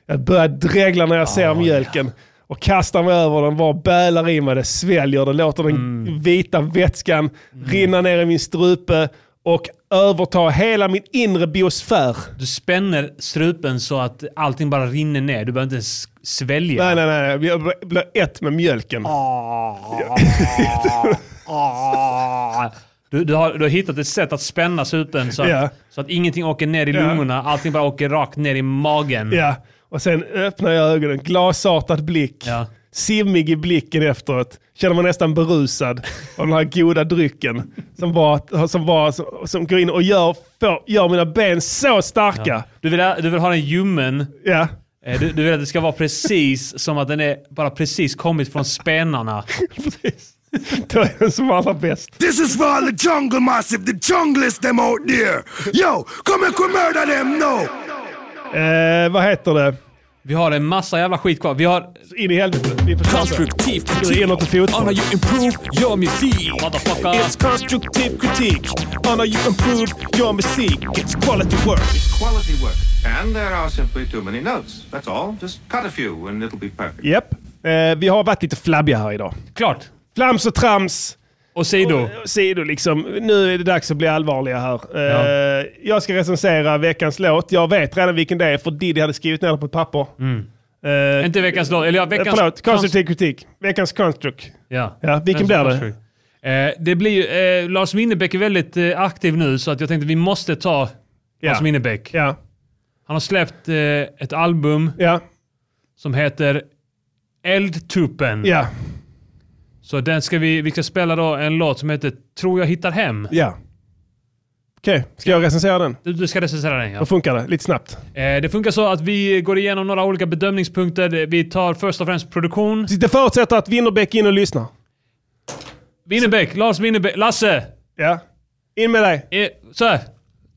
Jag börjar dregla när jag ser mjölken. Och kastar mig över den, bara bälar i mig det, sväljer det, låter den Mm. vita vätskan rinna ner i min strupe och överta hela min inre biosfär. Du spänner strupen så att allting bara rinner ner. Du behöver inte ens svälja. Nej, nej, nej. nej. Jag blir- blir ett med mjölken. Ah. Du, du, har, du har hittat ett sätt att spänna strupen så att, Ja. så att ingenting åker ner i Ja. lungorna. Allting bara åker rakt ner i magen. Ja, och sen öppnar jag ögonen. Glasartad blick. Simmig i blicken efteråt. Känner mig nästan berusad av den här goda drycken. Som, bara, som, bara, som, som går in och gör, får, gör mina ben så starka. Ja. Du, vill, ha- du vill ha den ljummen. Ja. Eh, Du, du vill att det ska vara precis som att den är bara precis kommit från spenarna. Då är den som allra bäst. This is for all the jungle massive, the junglers them out there. Yo, come and come murder them now. Eh, vad heter det? Vi har en massa jävla skit kvar. Vi har... In i helvete. Vi förstör det. Konstruktiv Skriv in något i fotboll. On how you improve your music. Motherfucker. It's constructive critique. On how you improve your music. It's quality work. Quality work. And there are simply too many notes. That's all. Just cut a few and it'll be perfect. Japp. Eh, vi har varit lite flabbiga här idag. Klart. Flams och trams. Och sido. Sido liksom. Nu är det dags att bli allvarliga här. Eh, jag ska recensera veckans låt. Jag vet redan vilken det är för Diddy hade skrivit ner det på ett papper. Mm. Eh, Inte veckans låt, eller ja, veckans... Förlåt, konstruktiv kritik. Veckans construct. Ja. Ja, vilken blir det? Eh, det blir ju, eh, Lars Winnerbäck är väldigt eh, aktiv nu så att jag tänkte vi måste ta Lars Winnerbäck. Han har släppt eh, ett album som heter Eldtuppen. Ja. Så den ska vi, vi ska spela då en låt som heter Tror jag hittar hem. Ja. Okej, ska jag recensera den? Du, du ska recensera den ja. Då funkar det, lite snabbt. Eh, Det funkar så att vi går igenom några olika bedömningspunkter. Eh, Vi tar först och främst produktion. Det förutsätter att Winnerbäck är inne och lyssnar. Winnerbäck, Lars Winnerbäck, Lasse! eh, Ja, in med dig. Så här.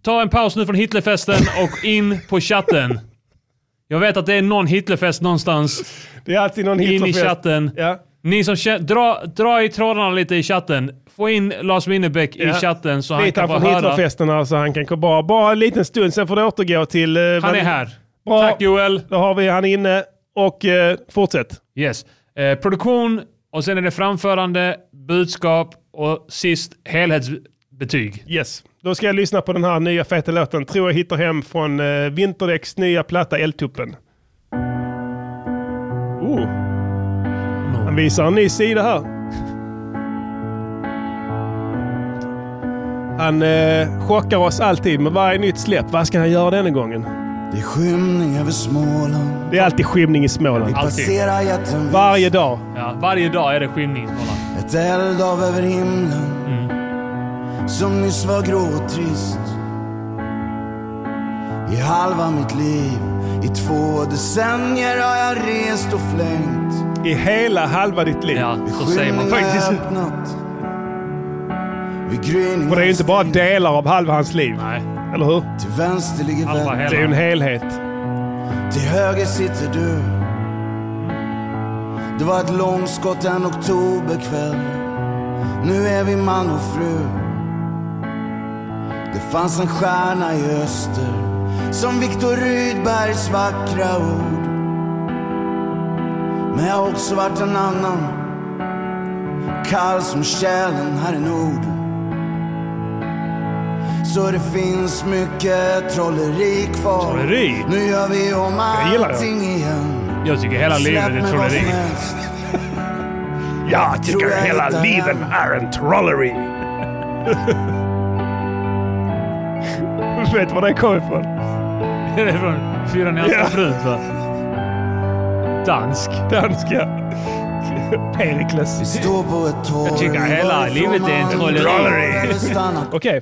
ta en paus nu från Hitlerfesten och in på chatten. Jag vet att det är någon Hitlerfest någonstans. Det är alltid någon In Hitlerfest. i chatten. Ni som kä- dra, dra i trådarna lite i chatten. Få in Lars Winnerbäck Ja. i chatten så han Lite kan här bara från höra. Hitlerfesten här, så han kan komma bara, bara en liten stund, sen får det återgå till... eh, Han vad- är här. Bra. Tack Joel. Då har vi han inne och eh, fortsätt. Yes. Eh, produktion och sen är det framförande, budskap och sist helhetsbetyg. Yes. Då ska jag lyssna på den här nya feta låten, tror jag hittar hem från eh, Vinterdäcks nya platta Eldtuppen. Oh. Han visar en ny sida här. Han eh, chockar oss alltid med varje nytt släpp. Vad ska han göra denna gången? Det är skymning över Småland. Det är alltid skymning i Vi Småland. passerar jätten. Varje dag. Ja, varje dag är det skymning. Ett eldhav över himlen. Mm. Som nyss var grå och trist. I halva mitt liv. I två decennier har jag rest och flängt. I hela halva ditt liv. Ja, så säger man faktiskt. För det är ju inte bara delar av halva hans liv. Eller hur? Till vänster ligger Det är ju en helhet. Till höger sitter du. Det var ett långskott en oktoberkväll. Nu är vi man och fru. Det fanns en stjärna i öster. Som Viktor Rydbergs vackra ord. Men jag har också varit en annan. Kall som tjälen här i nord. Så det finns mycket trolleri kvar. Trolleri? Nu gör vi om Jag gillar det. allting igen. Jag tycker hela livet Släpp mig är vad som trolleri. helst. Jag Tror jag hittar hem. är en trolleri. Vet var det kommer ifrån? Det är från Fyran i Alta brunt va? Dansk. Dansk ja. Perikles. Vi står på ett torg. Jag tycker hela livet är en trolleri. Okej.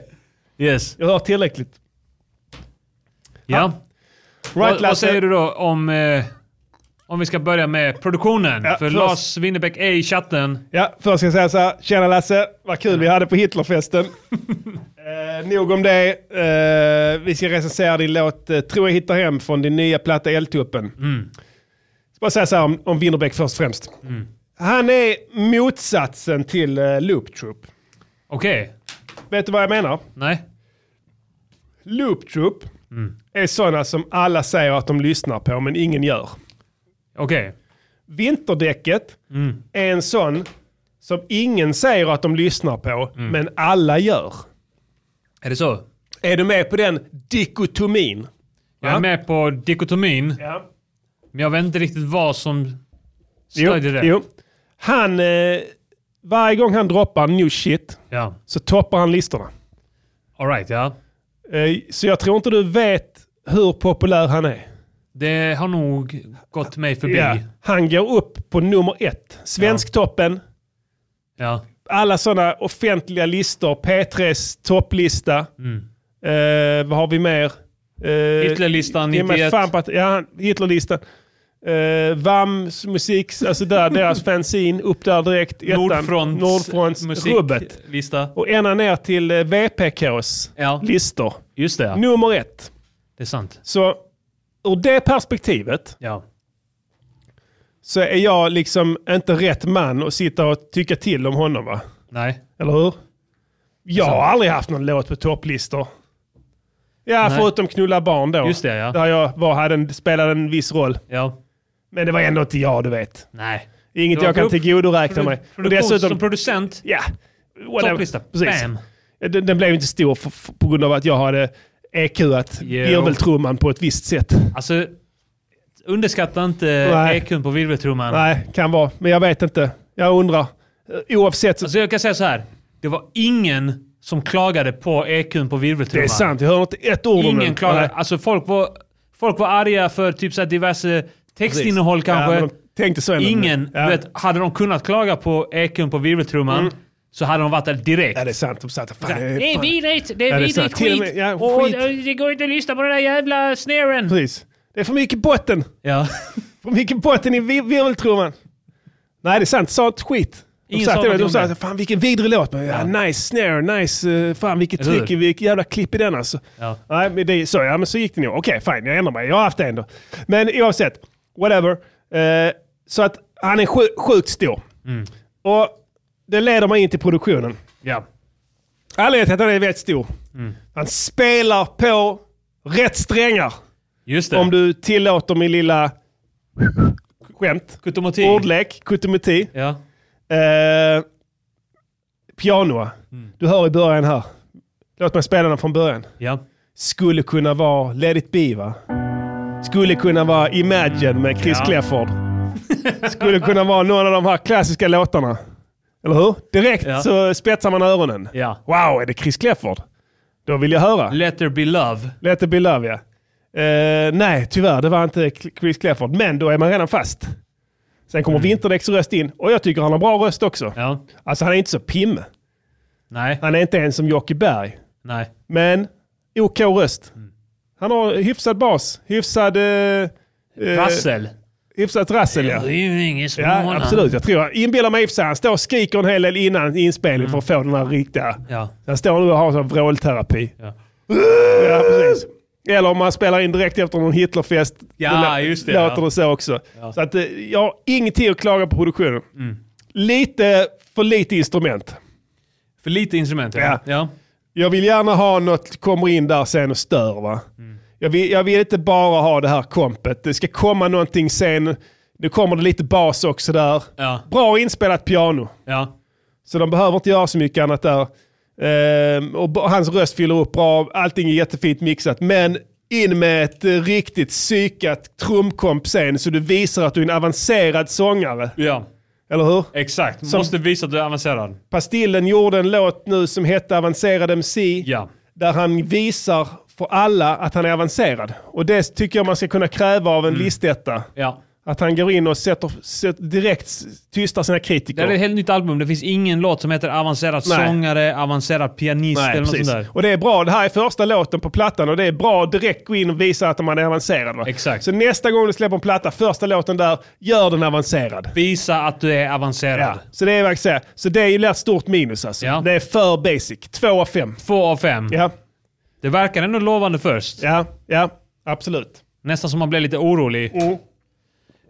Yes. Jag har hört tillräckligt. Ja. Right, vad, vad Lasse. säger du då om, eh, om vi ska börja med produktionen? För först. Lars Winnerbäck är i chatten. Ja, först ska jag säga så här. Tjena Lasse, vad kul vi hade på Hitlerfesten. eh, nog om det. Eh, vi ska recensera din låt eh, Tror jag hittar hem från din nya platta Eldtuppen. Mm. Ska bara säga så här om, om Winnerbäck först och främst. Han är motsatsen till eh, Loop Troop. Okej. Vet du vad jag menar? Nej. Loop Troop är sådana som alla säger att de lyssnar på men ingen gör. Okej. Vinterdäcket är en sån som ingen säger att de lyssnar på men alla gör. Är det så? Är du med på den dikotomin? Jag är Ja. med på dikotomin. Men jag vet inte riktigt vad som stödjer det. Jo. Han, eh, varje gång han droppar new shit Ja. så toppar han listorna. All right, ja. Eh, så jag tror inte du vet hur populär han är. Det har nog gått mig förbi. Ja. Han går upp på nummer ett. Svensktoppen. Ja. Alla sådana offentliga listor. P3s topplista. Mm. Eh, vad har vi mer? Eh, Hitlerlistan ge mig 91. Fan på att, ja, Hitlerlistan. Eh, Vams musik, alltså där, deras fanzine, upp där direkt. ettan. Nordfronts, Nordfronts rubbet. musiklista. Och ena ner till eh, VPKs listor. Just det. Nummer ett. Det är sant. Så ur det perspektivet Ja. så är jag liksom inte rätt man att sitta och tycka till om honom va? Nej. Eller hur? Jag Så. har aldrig haft någon låt på topplistor. Ja, Nej. förutom Knulla barn då. Just det, ja. Där jag var, hade en, spelade en viss roll. Ja. Men det var ändå inte jag, du vet. Nej. Inget Det var jag kan produ- tillgodoräkna produ- mig. Och Produktion, som producent? Ja. whatever. Topplista. Precis. Bam. Den, den blev inte stor för, för, på grund av att jag hade EQat virveltrumman på ett visst sätt. Alltså, underskatta inte Nej. EQn på virveltrumman. Nej, kan vara. Men jag vet inte. Jag undrar. Eh, Oavsett så... Alltså jag kan säga så här. Det var ingen som klagade på EQn på virveltrumman. Det är sant, jag hör inte ett ord om Ingen den. klagade. Nej. Alltså folk var, folk var arga för typ så här diverse textinnehåll Precis. Ja, kanske. men de tänkte så ändå. ingen, Ja. du vet, hade de kunnat klaga på EQn på virveltrumman Mm. så hade de varit där direkt. Ja, det är sant. De satt, fan, det är vidrigt, det är Ja, det är vidrigt sant. Till och skit. med- ja, och, skit. och det går inte att lyssna på den där jävla snaren. Precis. Det är för mycket botten. Ja. för mycket botten i vi- virveltrumman. Nej, det är sant. Sa inte skit. De Ingen sa satt där och någonting de om sa det. att fan vilken vidrig låt. Men, ja, nice snare, nice. eh, Fan vilket Eller tryck, hur? vilket jävla klipp i den alltså. Ja. Nej, men det, så, ja, men så gick det nog. Okej, fine. Jag ändrar mig. Jag har haft det ändå. Men oavsett, whatever. Eh, så att han är sju, sjukt stor. Mm. Och det leder mig in till produktionen. Ja. Anledningen till att han är väldigt stor. Mm. Han spelar på rätt strängar. Just Om du tillåter min lilla skämt. Kutomoti. Ordlek. Kutomoti. Ja. Eh, piano. Mm. Du hör i början här. Låt mig spela den från början. Ja. Skulle kunna vara Let it be va? Skulle kunna vara Imagine med Chris Ja. Clefford. Skulle kunna vara någon av de här klassiska låtarna. Eller hur? Direkt Ja. så spetsar man öronen. Ja. Wow, är det Chris Clefford? Då vill jag höra. Let there be love. Let it be love, ja. Eh, nej, tyvärr, det var inte Cl- Chris Clefford. Men då är man redan fast. Sen kommer Mm. Vinterdäcks röst in och jag tycker han har bra röst också. Alltså han är inte så pimme. Nej. Han är inte ens som Jocke Berg. Nej. Men OK röst. Mm. Han har hyfsad bas, hyfsad... Uh, Rassel. Hyfsat rassel, ja. Rymning i Ja, Småland. absolut. Jag tror, jag inbillar mig i och för sig, han står och skriker en hel del innan inspelning för att få den här riktiga... Mm. Ja. Han står nu och har sån vrålterapi. Ja. Ja, precis. Eller om man spelar in direkt efter någon Hitlerfest. Ja, lå- just det, Låter ja. det så också. Ja. Så att, eh, jag har ingenting att klaga på produktionen. Mm. Lite för lite instrument. För lite instrument, ja. Ja. ja. Jag vill gärna ha något, kommer in där sen och stör va. Mm. Jag, vill, jag vill inte bara ha det här kompet. Det ska komma någonting sen. Nu kommer det lite bas också där. Ja. Bra inspelat piano. Ja. Så de behöver inte göra så mycket annat där. Ehm, och b- hans röst fyller upp bra. Allting är jättefint mixat. Men in med ett eh, riktigt psykat trumkomp sen så du visar att du är en avancerad sångare. Ja. Eller hur? Exakt. Som- Måste visa att du är avancerad. Pastillen gjorde en låt nu som hette Avancerad MC. Där han visar för alla att han är avancerad. Och det tycker jag man ska kunna kräva av en listetta. Ja. Att han går in och sätter, sätter direkt s- tystar sina kritiker. Det här är ett helt nytt album. Det finns ingen låt som heter avancerad Nej. sångare, avancerad pianist Nej, eller något precis. sånt där. Och det är bra. Det här är första låten på plattan och det är bra att direkt gå in och visa att man är avancerad. Va? Exakt. Så nästa gång du släpper en platta, första låten där, gör den avancerad. Visa att du är avancerad. Så det är verkligen så här. Så det är ju ett stort minus alltså. Det är för basic. Två av fem. Två av fem. Ja. Det verkar ändå lovande först. Ja, ja. Absolut. Mm. Nästan som man blir lite orolig.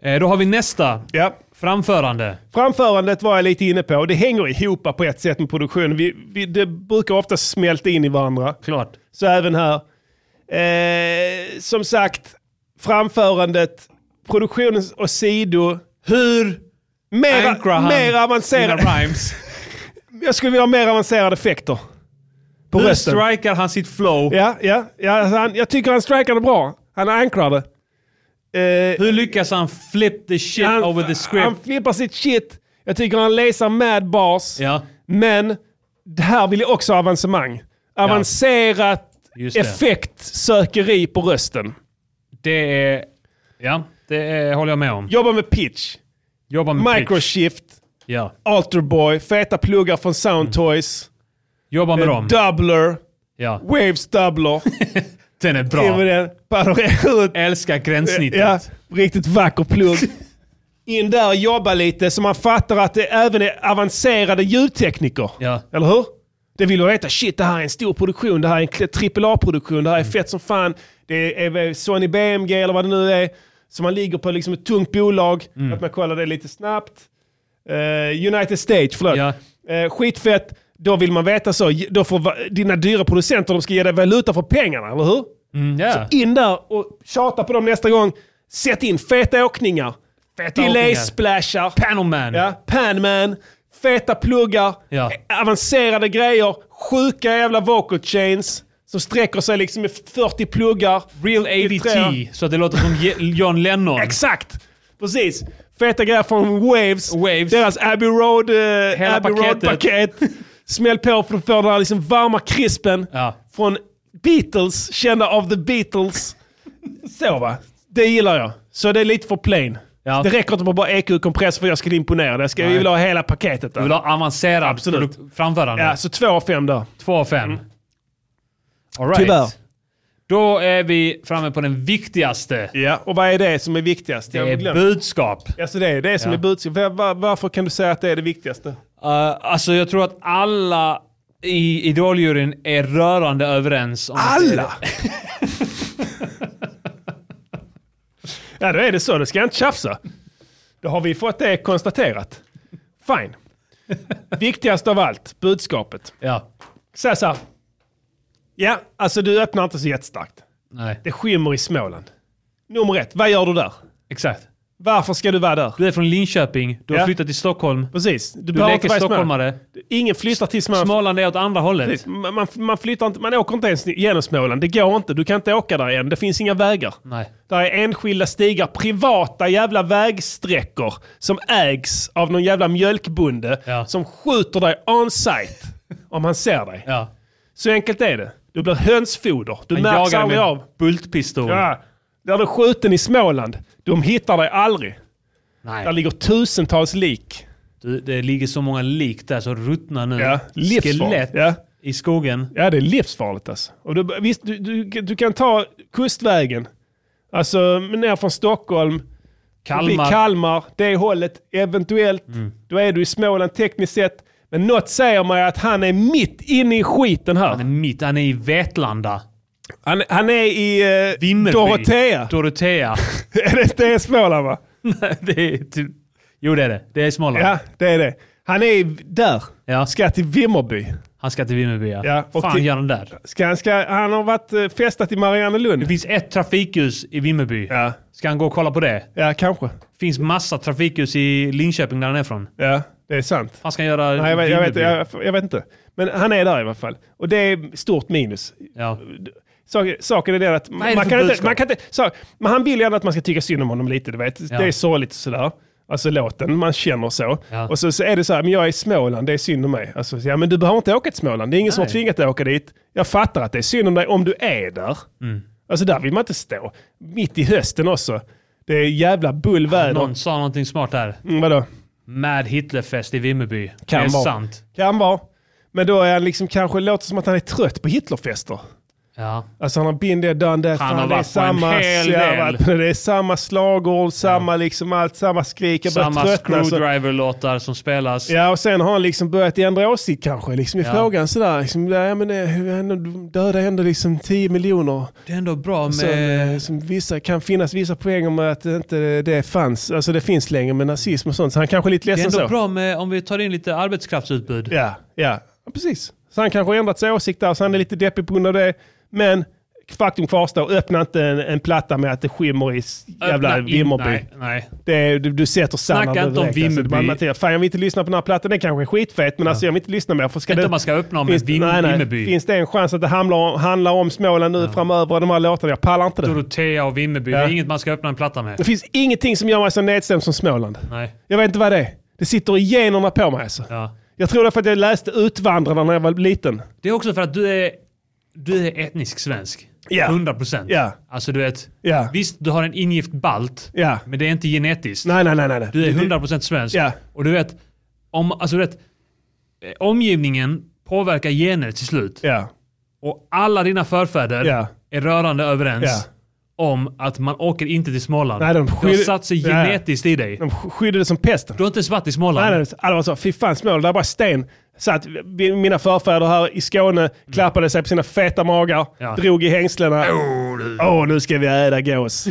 Eh, då har vi nästa. Ja. Framförande. Framförandet var jag lite inne på. Det hänger ihop på ett sätt med produktionen. Vi, vi, det brukar ofta smälta in i varandra. Klart. Så även här. Eh, som sagt, framförandet, produktionen och sido. Hur mer, ankrar han mer avancerade... sina rhymes? jag skulle vilja ha mer avancerade effekter. På Hur rösten. strikar han sitt flow? Ja, ja, ja alltså han, jag tycker han strikar det bra. Han ankrar det. Eh, Hur lyckas han flip the shit over the script? Han flippar sitt shit. Jag tycker han läser mad bars. Ja. Men det här vill jag också ha avancemang. Avancerat Just det. effektsökeri på rösten. Det är... Ja, det är, håller jag med om. Jobba med pitch. Jobba med pitch. Microshift. Ja. Alterboy. Feta pluggar från Soundtoys. Jobba Eh, med dem. Doubler. Ja. Waves doubler. Den är In med bra. den. Panorera ut. Älskar gränssnittet. Ja, riktigt vacker plugg. In där och jobba lite så man fattar att det även är avancerade ljudtekniker. Eller hur? Det vill du veta. Shit, det här är en stor produktion. Det här är en kl- AAA-produktion. Det här är fett som fan. Det är väl Sony BMG eller vad det nu är. Så man ligger på liksom ett tungt bolag. Att man kollar det lite snabbt. Eh, United States, förlåt. Eh, skitfett. Då vill man veta så. Då får va- dina dyra producenter, de ska ge dig valuta för pengarna, eller hur? Mm, ja. Så in där och tjata på dem nästa gång. Sätt in feta åkningar. Feta Delay åkningar. splashar. Panelman. Ja, panman. feta pluggar, Ja. avancerade grejer, sjuka jävla vocal chains som sträcker sig liksom med 40 pluggar. Real ADT, så att det låter som Je- John Lennon. Exakt! Precis. Feta grejer från Waves. Deras Abbey Road, eh, Hela Abbey Road paket. paketet. Smäll på för att få den här liksom varma krispen från Beatles, kända av the Beatles. Så va? Det gillar jag. Så det är lite för plain. Det räcker inte med bara EQ-kompress för jag ska imponera. Jag, ska, jag Nej. vill ha hela paketet. Där. Du vill ha avancerad produkt- framförande. Ja, Mm. så två av fem där. Två av fem. All right. Tyvärr. Då är vi framme på den viktigaste. Ja, och vad är det som är viktigast? Det Jag har är glömt. budskap. Alltså det är det som Ja. är budskap. Var, var, varför kan du säga att det är det viktigaste? Uh, alltså jag tror att alla i Idoljuryn är rörande överens om... Alla? Ja, då är det så. Då ska jag inte tjafsa. Då har vi fått det konstaterat. Fine. Viktigast av allt, budskapet. Ja. Säg så här. Ja, alltså du öppnar inte så jättestarkt. Nej. Det skymmer i Småland. Nummer ett, vad gör du där? Exakt. Varför ska du vara där? Du är från Linköping, du har Ja. flyttat till Stockholm. Precis. Du, behöver inte leker vara i Småland. stockholmare. Ingen flyttar till Småland. Småland är åt andra hållet. Precis. Man, man, man, flyttar inte, man åker inte ens genom Småland. Det går inte. Du kan inte åka där igen. Det finns inga vägar. Nej. Där är enskilda stigar, privata jävla vägsträckor som ägs av någon jävla mjölkbonde som skjuter dig on site om han ser dig. Så enkelt är det. Du blir hönsfoder. Du Han jagar märks dig aldrig med av. Bultpistol. Ja. Där du är skjuten i Småland, de hittar dig aldrig. Nej. Där ligger tusentals lik. Du, det ligger så många lik där så ruttna nu. Ja, livsfarligt. Skelett Ja. i skogen. Ja, det är livsfarligt alltså. Och du, visst, du, du, du kan ta kustvägen. Alltså ner från Stockholm, Kalmar. förbi Kalmar, det hållet eventuellt. Mm. Då är du i Småland tekniskt sett. Men något säger mig att han är mitt inne i skiten här. Han är mitt, han är i Vetlanda. Han, han är i eh, Vimmerby. Dorotea. Dorotea. är det inte Småland va? Nej, det är typ... Jo det är det. Det är Småland. Ja, det är det. Han är i- där. Ja. Ska till Vimmerby. Han ska till Vimmerby ja. Ja, och Fan till- gör han där? Ska han, ska, han har varit eh, festat i Mariannelund. Det finns ett trafikljus i Vimmerby. Ja. Ska han gå och kolla på det? Ja, kanske. finns massa trafikljus i Linköping där han är från. Ja, det är sant. Fan ska han göra Nej, jag, vet, jag, vet, Vimmerby? jag, jag vet inte. Men han är där i alla fall. Och det är stort minus. Ja. Saken, saken är den att är det man för kan, inte, budskap? man kan inte... Så, men han vill gärna att man ska tycka synd om honom lite, du vet. Ja. Det är sorgligt och sådär. Alltså låten, man känner så. Ja. Och så, så är det så här, men jag är i Småland, det är synd om mig. Alltså, så, ja, men du behöver inte åka till Småland, det är ingen som har Nej. tvingat dig att åka dit. Jag fattar att det är synd om dig om du är där. Mm. Alltså där vill man inte stå. Mitt i hösten också. Det är jävla bullväder. Ah, Någon sa någonting smart här. Mm, vadå? Mad Hitlerfest i Vimmerby. Kan det är vara. sant. Kan vara. Men då är han liksom kanske, låter som att han är trött på Hitlerfester. Ja. Alltså han har been there, done that. Han har det är varit på en samma, hel jävla- del. Det är samma slagord, samma liksom allt, samma skrik. Jag börjar Samma tröttna, så- screwdriver-låtar som spelas. Ja, och sen har han liksom börjat ändra åsikt kanske liksom, i Ja. frågan. Sådär, liksom, ja, men det, hur ändå- de döda ändå liksom 10 miljoner. Det är ändå bra Som, med... eh, som vissa, kan finnas vissa poänger med att det inte det fanns, alltså det finns längre med nazism och sånt. Så han kanske är lite Det är ledsen ändå alltså så. bra med om vi tar in lite arbetskraftsutbud. Ja, ja. Ja, precis. Så han kanske har ändrat sig åsikt där, så han är lite deppig på grund av det. Men faktum kvarstår, öppna inte en, en platta med att det skimmer i s- jävla in- Vimmerby. Nej, nej. Det är, du, du sätter Snacka standarden inte om direkt, alltså. Vimmerby. Det är bara, Mattias, Fan jag vill inte lyssna på den här plattan, den kanske är skitfet, men alltså, jag vill inte lyssna mer. För ska Inte det, om man ska öppna med finns, Vim- nej, nej. Vimmerby. Finns det en chans att det handlar, handlar om Småland nu framöver, de här låtarna? Jag pallar inte det. Dorotea och Vimmerby. Det Ja. är inget man ska öppna en platta med. Det finns ingenting som gör mig så nedstämd som Småland. Nej. Jag vet inte vad det är. Det sitter i generna på mig alltså. Ja. Jag tror det är för att jag läste Utvandrarna när jag var liten. Det är också för att du är, du är etnisk svensk. Ja. 100%. Ja. Alltså du vet, Ja. visst du har en ingift balt, Ja. men det är inte genetiskt. Nej, nej, nej. nej. nej. Du är 100% svensk. Ja. Och du vet, om, alltså du vet, eh, omgivningen påverkar gener till slut. Och alla dina förfäder Ja. är rörande överens Ja. om att man åker inte till Småland. Nej, de har skyller- satt sig Ja, ja. genetiskt i dig. De skydde det som pesten. Du har inte ens varit i Småland. Nej, nej, alla var så, fy fan Småland, det är bara sten. Så att vi- mina förfäder här i Skåne klappade sig på sina feta magar, Ja. drog i hängslena. Åh, du. Åh, nu ska vi äta gås.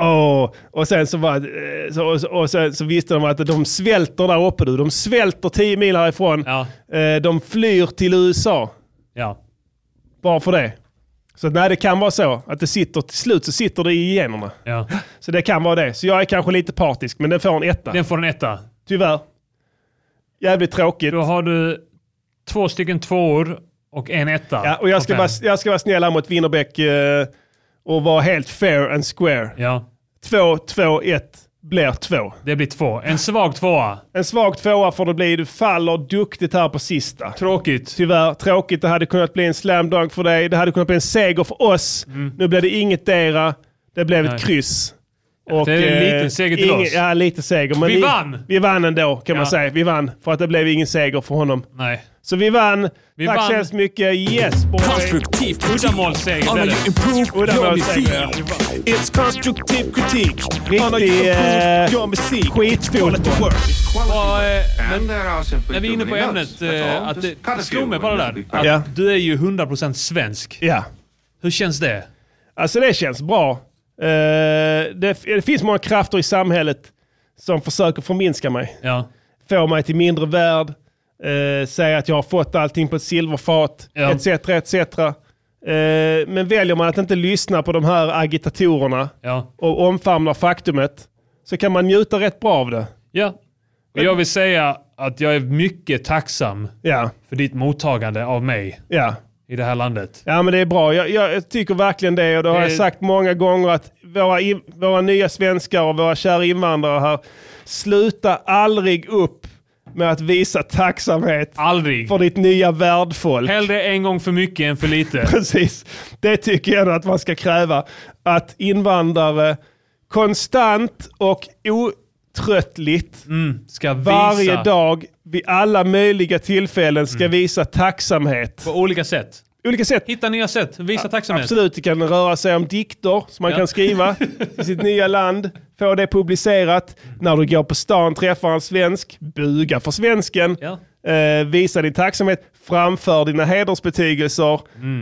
Åh, och sen så, var, eh, så, och, så- och sen så visste de att de svälter där uppe. Du. De svälter 10 mil härifrån. Eh, De flyr till USA. Ja. Bara för det. Så att, nej, det kan vara så att det sitter, till slut så sitter det i generna. Ja. Så det kan vara det. Så jag är kanske lite partisk, men den får en etta. Den får en etta. Tyvärr. Jävligt tråkigt. Då har du två stycken tvåor och en etta. Ja, och jag ska, På vara, fem. jag ska vara snäll här mot Winnerbäck eh, och vara helt fair and square. Ja. 2, 2, 1 blir 2. Det blir 2. En svag tvåa. En svag tvåa får det bli. Du faller duktigt här på sista. Tråkigt. Tyvärr. Tråkigt. Det hade kunnat bli en slam dunk för dig. Det hade kunnat bli en seger för oss. Nu blev det inget dera. Det blev Mm. Nej. ett kryss. eh, det är en liten seger till ingen- oss. Ja, lite seger. Men Vi i- vann! Vi vann ändå kan man Ja. säga. Vi vann. För att det blev ingen seger för honom. Nej. Så vi vann. Vi Tack vann. så hemskt mycket. Yes boy! Konstruktivt. Uddamålsseger blev det. Uddamålsseger. It's constructive critique. Riktig eh, skitfotboll. Vad, eh, men, när vi är inne too på many ämnet, notes. That's eh, all. att Just cut a det, det slog few mig bara and där. we'll be Att fine. Du är ju 100% svensk. Ja. Hur känns det? Alltså det känns bra. Eh, det, det finns många krafter i samhället som försöker förminska mig. Ja. Få mig till mindre värd. Uh, säga att jag har fått allting på ett silverfat. Ja. Etc, etc. Eh, men väljer man att inte lyssna på de här agitatorerna Ja. och omfamnar faktumet så kan man njuta rätt bra av det. Ja. Och jag vill säga att jag är mycket tacksam Ja. för ditt mottagande av mig Ja. i det här landet. Ja men det är bra. Jag, jag, jag tycker verkligen det och det har Det- jag sagt många gånger att våra, in, våra nya svenskar och våra kära invandrare här, sluta aldrig upp med att visa tacksamhet aldrig. för ditt nya värdfolk. Hellre en gång för mycket än för lite. Precis. Det tycker jag att man ska kräva. Att invandrare konstant och otröttligt ska varje visa. dag vid alla möjliga tillfällen ska Mm. visa tacksamhet. På olika sätt. Olika sätt. Hitta nya sätt. Visa tacksamhet. Absolut, det kan röra sig om dikter som man Ja. kan skriva i sitt nya land. Få det publicerat. När du går på stan, träffar en svensk, buga för svensken. Eh, visa din tacksamhet, framför dina hedersbetygelser.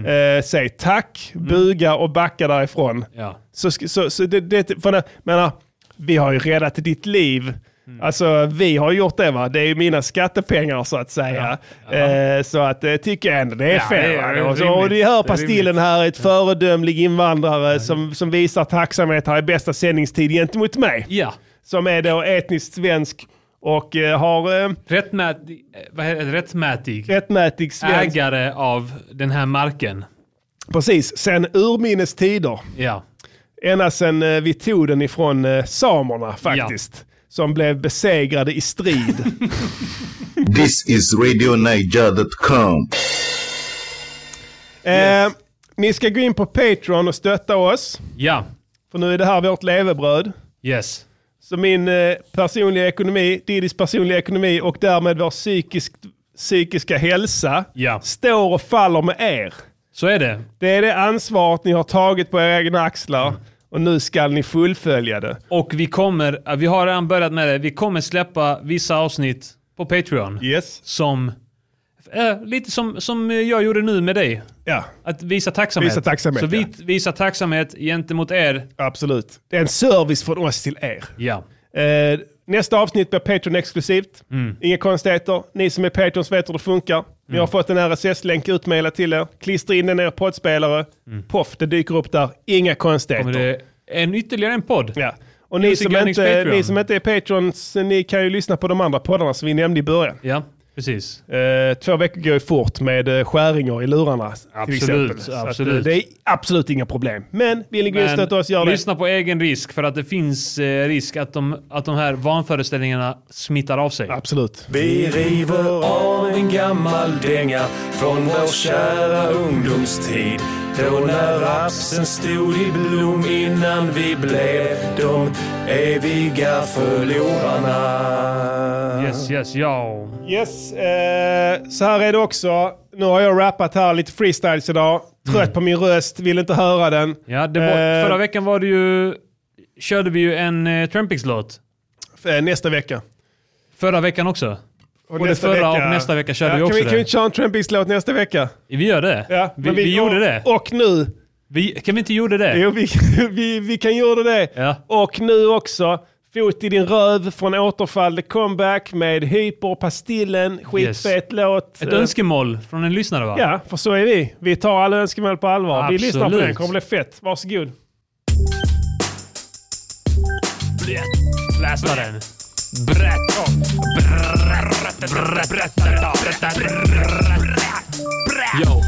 Eh, säg tack, buga och backa därifrån. Ja. Så, sk- så, så det, det, för det, menar, vi har ju räddat ditt liv. Mm. Alltså vi har gjort det va? Det är ju mina skattepengar så att säga. Eh, så att det tycker jag ändå det är Ja, fair. det är va? och, rimligt. så, och ni Det är hör rimligt. Pastillen här, ett föredömlig invandrare som, som visar tacksamhet här i bästa sändningstid gentemot mig. Ja. Som är då etniskt svensk och eh, har eh, Rättmätig, eh, vad heter det? Rättmätig rättmätig svensk. ägare av den här marken. Precis, sen urminnes tider. Ja. Ända sen eh, vi tog den ifrån eh, samerna faktiskt. Som blev besegrade i strid. This is RadioNiger.com. eh, ni ska gå in på Patreon och stötta oss. Ja. För nu är det här vårt levebröd. Yes. Så min eh, personliga ekonomi, Didis personliga ekonomi och därmed vår psykisk, psykiska hälsa Ja. står och faller med er. Så är det. Det är det ansvaret ni har tagit på era egna axlar och nu ska ni fullfölja det. Och vi kommer, äh, vi har redan börjat med det, vi kommer släppa vissa avsnitt på Patreon. Yes. Som, eh, lite som, som jag gjorde nu med dig. Ja. Att visa tacksamhet. Visa tacksamhet, Så vi visar tacksamhet gentemot er. Absolut. Det är en service från oss till er. Ja. Eh, nästa avsnitt blir Patreon exklusivt. Mm. Inga konstigheter. Ni som är Patreons vet hur det funkar. Ni har fått en RSS-länk utmejlad till er. Klistra in den i er poddspelare. Mm. Poff, det dyker upp där. Inga konstigheter. en, ytterligare en podd. Ja. Och ni Music som, Earnings inte, Patreon. ni som inte är Patreons, ni kan ju lyssna på de andra poddarna som vi nämnde i början. Ja, precis. Eh, två veckor går ju fort med eh, skäringar i lurarna. till Absolut, exempel. Så att, eh, absolut. det är absolut inga problem. Men vill ni gå in och stötta oss, gör det. lyssna på egen risk för att det finns eh, risk att de, att de här vanföreställningarna smittar av sig. Absolut. Vi river av en gammal dänga från vår kära ungdomstid. Då när rapsen stod i blom innan vi blev de eviga förlorarna. Yes, yes, ja. Yes, eh, så här är det också. Nu har jag rappat här lite freestyles idag. Trött på min röst, vill inte höra den. Mm. Ja, det var, Eh, förra veckan var det ju, körde vi ju en eh, Trampix-låt. eh, Nästa vecka. Förra veckan också. Och Både nästa förra vecka- och nästa vecka körde Ja, vi kan också vi, det. Kan vi inte köra en Trampix-låt nästa vecka? Vi gör det. Ja, vi, men vi, vi- gjorde det. Och nu. Vi, kan vi inte gjorde det? Jo, vi, vi, vi kan göra det. Och nu också, Fot i din röv från Återfall The Comeback med Hyper, Pastillen, skitfet låt. Ett Eh, önskemål från en lyssnare va? Ja, för så är vi. Vi tar alla önskemål på allvar. Vi lyssnar på Absolut. den, kommer bli fett. Varsågod. Lästa den. Berätta. Berätta. Yo.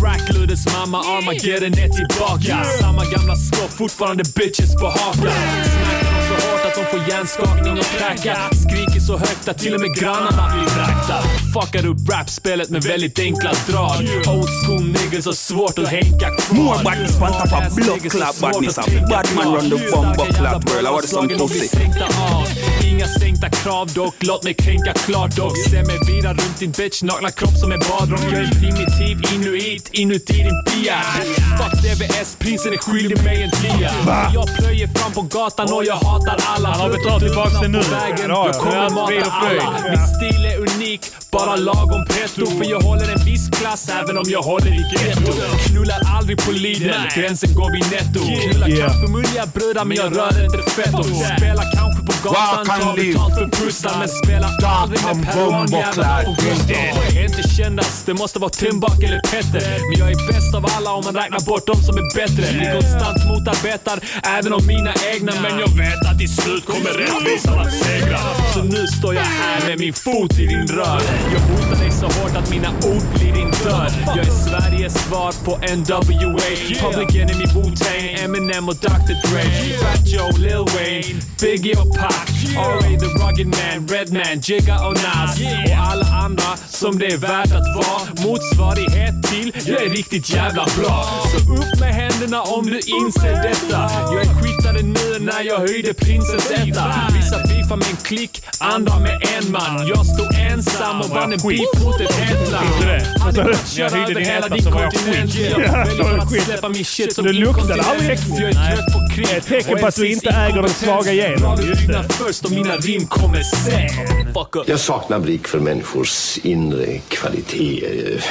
Crackludes mamma Armageddon är tillbaka. Samma gamla skott, fortfarande bitches på hakan. Smackar dem så hårt att de får hjärnskakning och kräkar. Skriker så högt att till och med grannarna blir vräkta. Fuckar upp rapspelet med väldigt enkla drag. Old school niggas har svårt att hänka kvar. More badness, man tap a blood clap badness. A bad man run the bumper clap girl. I want Slagen some blir pussy. sänkta av. Inga sänkta krav dock, låt mig kränka klart dock. Stämmer vira runt din bitch nakna kropp som en badrock. Jag är primitiv inuit inuti din pia. Fuck DVS, prinsen är skyldig mig en tia. Va? Så Jag plöjer fram på gatan och jag hatar alla. Han har betalt tillbaks det nu. På vägen, Ja, ja. jag kommer Allt frid mata och fröjd. alla. Min stil är unik, bara lagom petro. För jag håller en viss klass även om jag håller i getto. Knullar aldrig på Lidl, Nej. gränsen går vid netto. Knullar Yeah. kanske mulliga brudar men jag rör inte fetto. Spelar kanske på gatan, Walk and tar live. betalt för pussar men spelar aldrig and med bomb och peruanjävlar på clad. Gustav. Är Inte kändast, det måste vara Timbuk eller Petter. Men jag är bäst av alla om man räknar bort de som är bättre. Blir konstant motarbetad även om mina egna. Men jag vet att i slut kommer rättvisan att segra. Så nu står jag här med min fot i din rör. Jag hotar dig så hårt att mina ord blir din död. Jag är Sveriges svar på NWA. Public Enemy, Wu-Tang, Eminem och Dr Dre. Fat Joe, Lil Wayne, Biggie och Pac. R.A. The Rugged Man, Redman, Jigga och Nas. Och alla andra som det är värt att vara. Motsvarighet till, jag är riktigt jävla bra. Så upp med händerna om du inser detta. Jag är skitare nu än när jag höjde prinsens etta. Vissa beefar med en klick, andra med en man. Jag stod ensam och vann en beef mot ett helt land. Alltså, Hade kunnat När jag köra hyrde över din hela etta din så var jag kontinent. skit. Jag väljer att släppa min shit som Du luktar aldrig inkontinent. äckligt. För jag är trött på krig. Ett tecken på att du inte äger den svaga genen. Just det. först och mina rim kommer sen. Fuck up. Jag saknar blick för människors inre kvaliteter.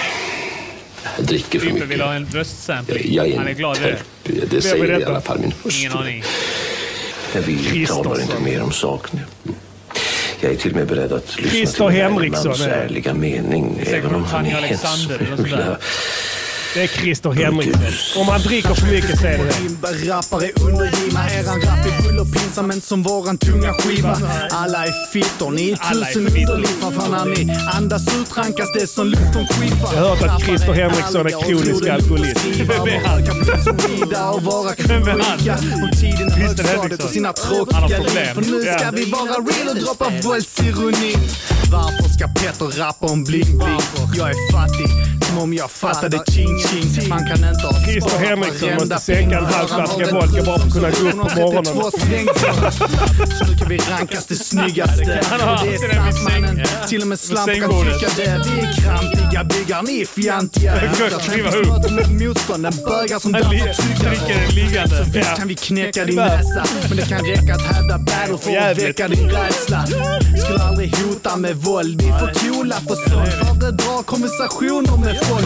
Jag dricker för Frippe mycket. vill ha en röstsampling. Jag är en Han är glad över det. Det, Vem är det säger i detta? alla fall min Ingen aning. Jag vill Christoph. talar inte mer om saken. Jag är till och med beredd att lyssna Christer till Henriksson, Bergmans är det. ärliga mening. Även om han Fanny är en Alexander eller något smula... Det är Christer Henriksson. Om han dricker för mycket så är det det. Rappare undergivna, eran rap är full av pinsamhet som våran tunga skiva. Alla är fittor, ni är Alla är tusen fittor. underlippar. Fan när ni andas ut rankas det som luft om skiffar. Jag har hört att Christer Henriksson är kronisk alkoholist. Vem är han? och vara kronika. Om tiden är högstadiet och sina Han har tråkiga liv. problem. För nu Ja. ska vi vara real och droppa våldsironin. Varför ska Petter rappa om bling-bling? Jag är fattig, som om jag fattade ching-ching. Man kan inte ha Christer sparat Henriksson varenda måste sänka en pinne. halv Han har flaska en vodka tub bara för att som kunna gå upp på ser ut som morgonen. 32 slängdörrar. Så nu kan vi rankas det snyggaste. Ja, det kan han. Och det är Stampmannen. Till och med Slamp kan Sängbordet. tycka det. Vi är krampiga byggare, ni är fjantiga. Det är gott att kliva upp. Stöter mot motstånd, en bögar som Han li- dansar tryckare. dricker liggande. Så visst Ja. kan vi knäcka din Knäcka. näsa. Men det kan räcka att hävda battle för att Jävligt. väcka din rädsla. Skulle aldrig hota med våld. Vi är för coola för sånt. Föredrar konversationer med folk.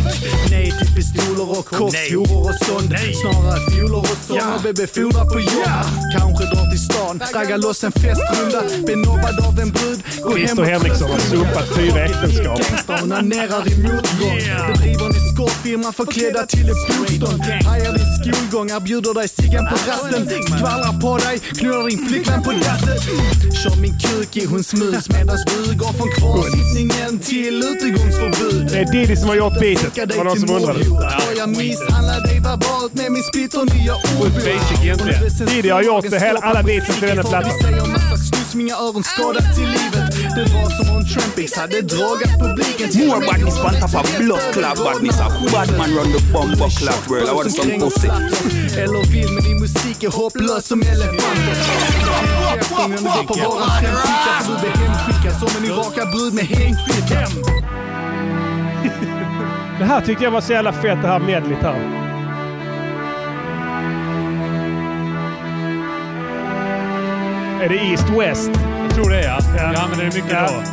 Nej till pistoler och koks, Nej. horor och sånt. Snarare fioler och sånger. Ja. Vi befordrar på jobb. Kanske drar till stan. Raggar loss en festrunda. Benobbad av en brud. Går hem Christer och Henriksson har sumpat fyra äktenskap. Gangsta onanerar i motgång. Bedriver en eskortfirma förklädda till ett bokstånd. Hajar din skolgång, erbjuder dig ciggan på rasten. Skvallrar på dig, knullar din flickvän på dasset. Kör min kuk i hon smus medan du går från kvarsittningen till utegångsförbud. Det är Diddy som har gjort beatet. Det var någon som undrade. Och jag misshandlar dig verbalt med min split och nya ordbok. Diddy har gjort det hela, alla beatsen till denna plattan. Vi säger massa snus, mina öron skadade till livet. Det var som om Trampix hade dragat publiken. till More badness, man tap a blood clap badness. A bad man run the bumper clap girl. I want som some kränger pussy. plattor. Eller vill, men din musik är hopplös som elefanter. Käftingen var på våran skämtficka, så du blir hemskickad som en Irakabud med hängfilt. Det här tyckte jag var så jävla fett det här medlet här. Är det East West? Jag tror det ja. ja. Jag använder det mycket då.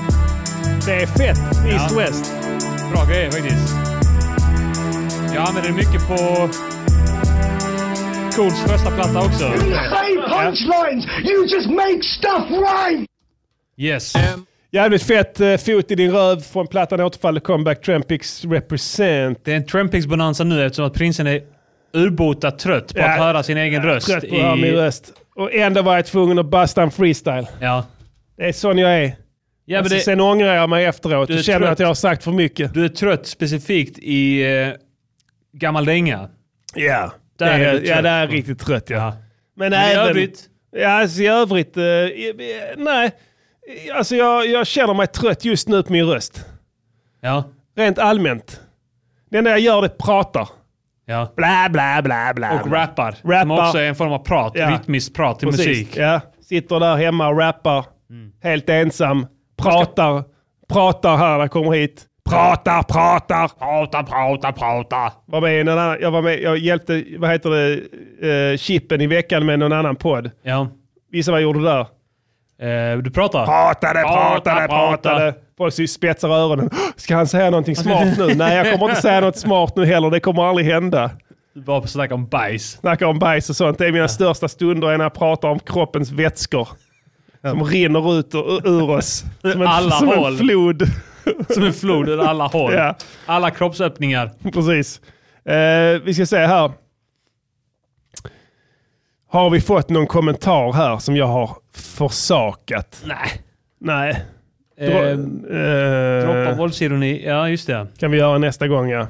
Det är fett. East West. Bra grejer faktiskt. Jag använder det mycket på Cools första platta också. Say punchlines! You just make stuff rhyme! Yes. Jävligt fett eh, fot i din röv från plattan Återfall Comeback Trampix Represent. Det är en Trampix-bonanza nu eftersom att prinsen är urbota trött på Ja. att höra sin egen röst. Trött på att höra min röst. Och ändå var jag tvungen att basta en freestyle. Ja. Det är sån jag är. Ja, men alltså, det- sen ångrar jag mig efteråt. Du är Du känner trött. att jag har sagt för mycket. Du är trött specifikt i eh, gammal dänga. Ja, Där det är är, du trött. ja, där är jag riktigt trött ja. Men, Men i även... övrigt? Ja, alltså, I övrigt, eh, i- i- nej. Alltså, jag, jag känner mig trött just nu på min röst. Ja. Rent allmänt. Det enda jag gör det är att prata. Ja. Bla, bla, bla, bla. Och bla. rappar. Som Rappar. också är en form av prat. Ja. Rytmiskt prat i Precis, musik. Ja. Sitter där hemma och rappar. Helt ensam. Pratar. Pratar här när jag kommer hit. Pratar, pratar. Prata, prata, prata. Var med i någon annan, jag, var med, jag hjälpte, vad heter det, eh, Chippen i veckan med någon annan podd. Ja. Eh, Gissa vad jag gjorde där? du pratar? Pratade, pratade, Prata, pratade. prata. Folk sy- spetsar öronen. Ska han säga någonting Alltså, smart nu? Nej, jag kommer inte säga något smart nu heller. Det kommer aldrig hända. Du bara snackar om bajs. Snackar om bajs och sånt. Det är mina största stunder är när jag pratar om kroppens vätskor. Som rinner ut ur, ur oss. Som en, Alla som hål. en flod. Som en flod ur alla håll. Ja. Alla kroppsöppningar. Precis. Eh, vi ska se här. Har vi fått någon kommentar här som jag har försakat? Nej. Nej. Dro- Eh, eh, Dropp av våldsironi. Ja, just det. kan vi göra nästa gång ja.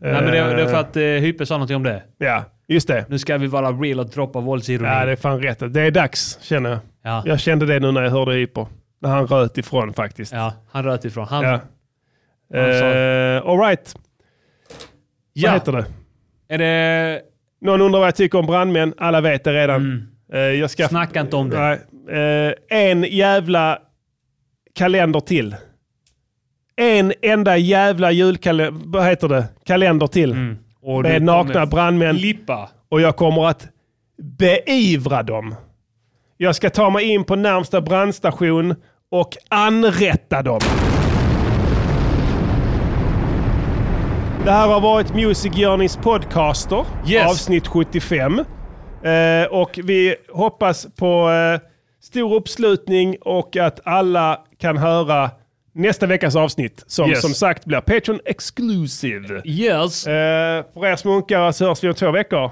Nej, men det, det är för Eh, att eh, Hype sa någonting om det. Ja, just det. Nu ska vi vara real och droppa våldsironi. Ja, det är fan rätt. Det är dags känner jag. Mm. Ja. Jag kände det nu när jag hörde Hyper. När han röt ifrån faktiskt. Ja, han röt ifrån. Han, Ja. han sa- Eh, all right. Ja. Vad heter det? Är det... Mm. Någon undrar vad jag tycker om brandmän. Alla vet det redan. Eh, jag ska... Snacka inte om det. Nej. Eh, en jävla kalender till. En enda jävla julkalender, vad heter det? Kalender till. Mm. Och Med du nakna kommer brandmän. flippa. Och jag kommer att beivra dem. Jag ska ta mig in på närmsta brandstation och anrätta dem. Det här har varit Music Journeys podcaster, avsnitt 75. Eh, och vi hoppas på eh, stor uppslutning och att alla kan höra nästa veckas avsnitt som Yes. som sagt blir Patreon exclusive. Yes. Eh, för er smunkare så hörs vi om två veckor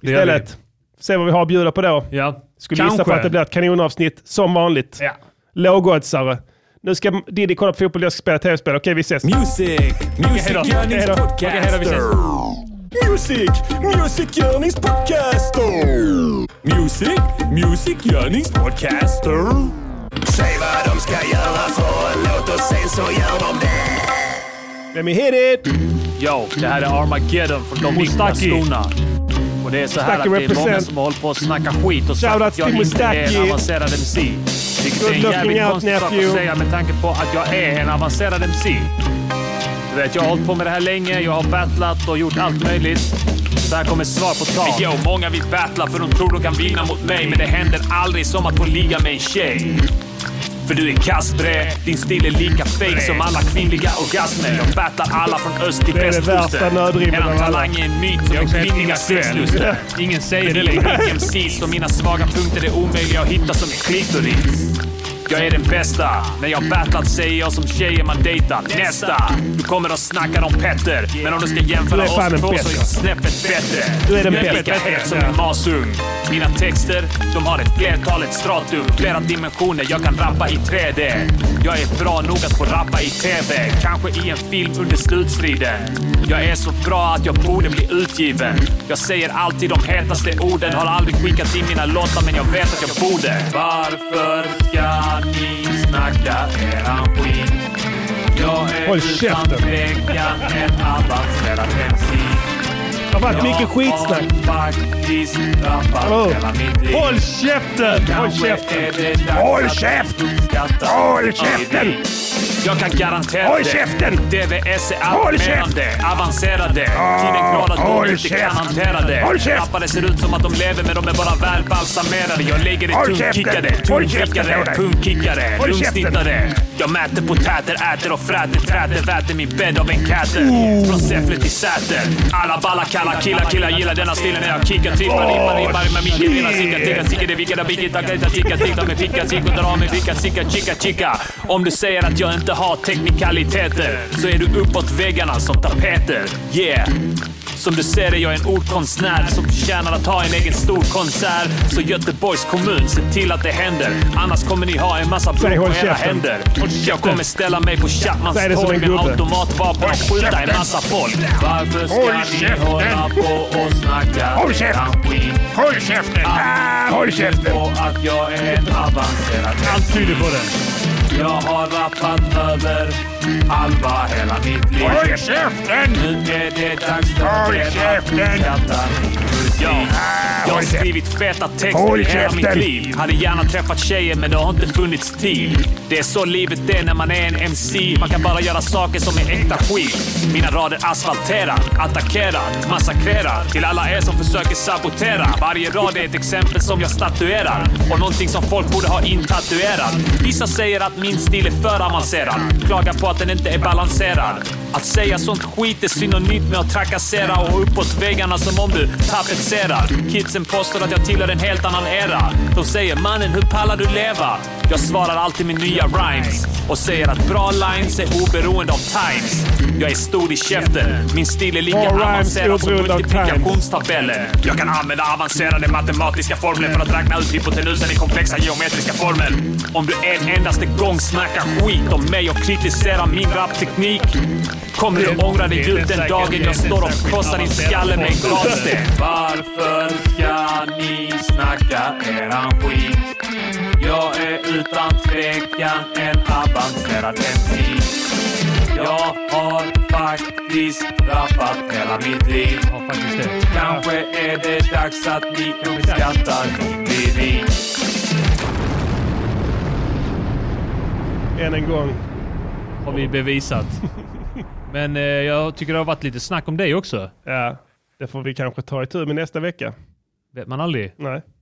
Det gör vi. istället. Se vad vi har att bjuda på då. Ja. Skulle Kanske. gissa på att det blir ett kanonavsnitt som vanligt. Ja. Lågoddsare. Nu ska Diddy kolla på fotboll, jag ska spela tv-spel. Okej, vi ses. Music! Music Yearnings Podcaster! Music! Music Yearnings Podcaster! Music! Music Yearnings Podcaster! Säg vad de ska göra för en låt och sen så gör de det. Let me hit it! Yo, det här är Armageddon från de viktiga Mustaki. skorna. Och det är så här att Mustaki det är många represent. som håller på att snacka skit och sagt Shoutout att jag till inte är en Mustaki. avancerad MC. Vilket är Good en looking jävligt out, konstig sak att nephew. säga med tanke på att jag är en avancerad MC. Du vet, jag har hållit på med det här länge, jag har battlat och gjort allt möjligt. Så här kommer ett svar på tal. Yo, många vill battla för de tror de kan vinna mot mig, men det händer aldrig som att få ligga med en tjej. För du är kass bre, din stil är lika fake som alla kvinnliga orgasmer. Jag battlar alla från öst till Det är det värsta västkusten. nödrimmen av Eran alla. talang är en myt som Jag den vet kvinnliga inga skäl. sexlusten. Ingen säger det längre. Mick MCs och mina svaga punkter är omöjliga att hitta som en klitoris. Jag är den bästa. När jag battlat säger jag som tjejer man dejtar. Nästa! Du kommer att snacka om Petter. Men om du ska jämföra Du är oss fan den två så bästa. är jag snäppet bättre. Du är den jag är bästa. lika het som Ja. en masugn. Mina texter, de har ett flertal, ett stratum. Flera dimensioner, jag kan rappa i 3D. Jag är bra nog att få rappa i TV. Kanske i en film under slutstriden. Jag är så bra att jag borde bli utgiven. Jag säger alltid de hetaste orden. Har aldrig skickat in mina låtar, men jag vet att jag borde. Varför ska ni snacka eran skit? Jag är Håll utan käften. tvekan en avancerad MC. Det har varit mycket skitsnack. Hallå. Håll käften! Håll käften! Håll käften! Håll käften! Jag kan garantera Håll det. käften! DVS är Håll allmänande, avancerade. Tiden går att håll de inte käften! kan hantera Håll det. käften! Rappare ser ut som att de lever men de är bara väl balsamerade. Jag lägger Håll det tungkickade, käften! Håll käften, tungkickare, säger jag. pungkickare, Håll käften! lungsnittare. Jag mäter potäter, äter och fräter, träter, väter min bädd av en käter. Från Säffle till Säter. Alla balla kalla killar, killar gillar denna stilen när jag kickar, trippar, rimmar, rimmar, rimmar, micken, lilla sicka, ticka, sicka, det vikar, bicket, tacka, titta, ticka, titta med picka, ticka, dra med vicka, sicka, chicka, chicka. Om du säger att jag inte har teknikaliteter så är du uppåt väggarna som tapeter. Yeah! Som du ser är jag en ordkonstnär som förtjänar att ha en egen stor konsert. Så Göteborgs kommun, se till att det händer. Annars kommer ni ha en massa blod Säg, håll på era käften. händer. Håll käften. Jag kommer ställa mig på Chapmans Säg det som torg en med en gubbe. automatvapen och Håll skjuta en käften. massa folk. Varför Håll ska ni käften. hålla på och snacka? Håll käften. Håll käften! håll käften. på att jag är en avancerad Allt tyder på det. Jag har rappat över halva hela mitt liv. Håll käften! Nu är det dags för Håll er att käften! skratta. Ja, jag har skrivit feta texter Håll i hela mitt käften! liv. Hade gärna träffat tjejer men det har inte funnits tid. Det är så livet är när man är en MC. Man kan bara göra saker som är äkta skit. Mina rader asfalterar, attackerar, massakrerar. Till alla er som försöker sabotera. Varje rad är ett exempel som jag statuerar. Och någonting som folk borde ha intatuerat. Vissa säger att min stil är för avancerad. Klagar på att den inte är balanserad. Att säga sånt skit är synonymt med att trakassera och uppåt väggarna som om du tapetserar. Kidsen påstår att jag tillhör en helt annan era. De säger “Mannen, hur pallar du leva?” Jag svarar alltid med nya rhymes och säger att bra lines är oberoende av times. Jag är stor i käften. Min stil är lika Bra rhymes, avancerad som oberoende av times. multiplikationstabeller. Jag kan använda avancerade matematiska formler för att räkna ut hypotenusen i komplexa geometriska formler. Om du en endaste gång snackar skit om mig och kritiserar min rapteknik kommer du ångra dig djupt den dagen jag står och krossar din skalle med en glassten. Varför ska ni snacka eran skit? Jag är utan tvekan en avancerad MC. Jag har faktiskt rappat hela mitt liv. Kanske är det dags att ni uppskattar mitt bevis. Än en gång. Har vi bevisat. Men eh, jag tycker det har varit lite snack om dig också. Ja, det får vi kanske ta itu med nästa vecka. Vet man aldrig. Nej.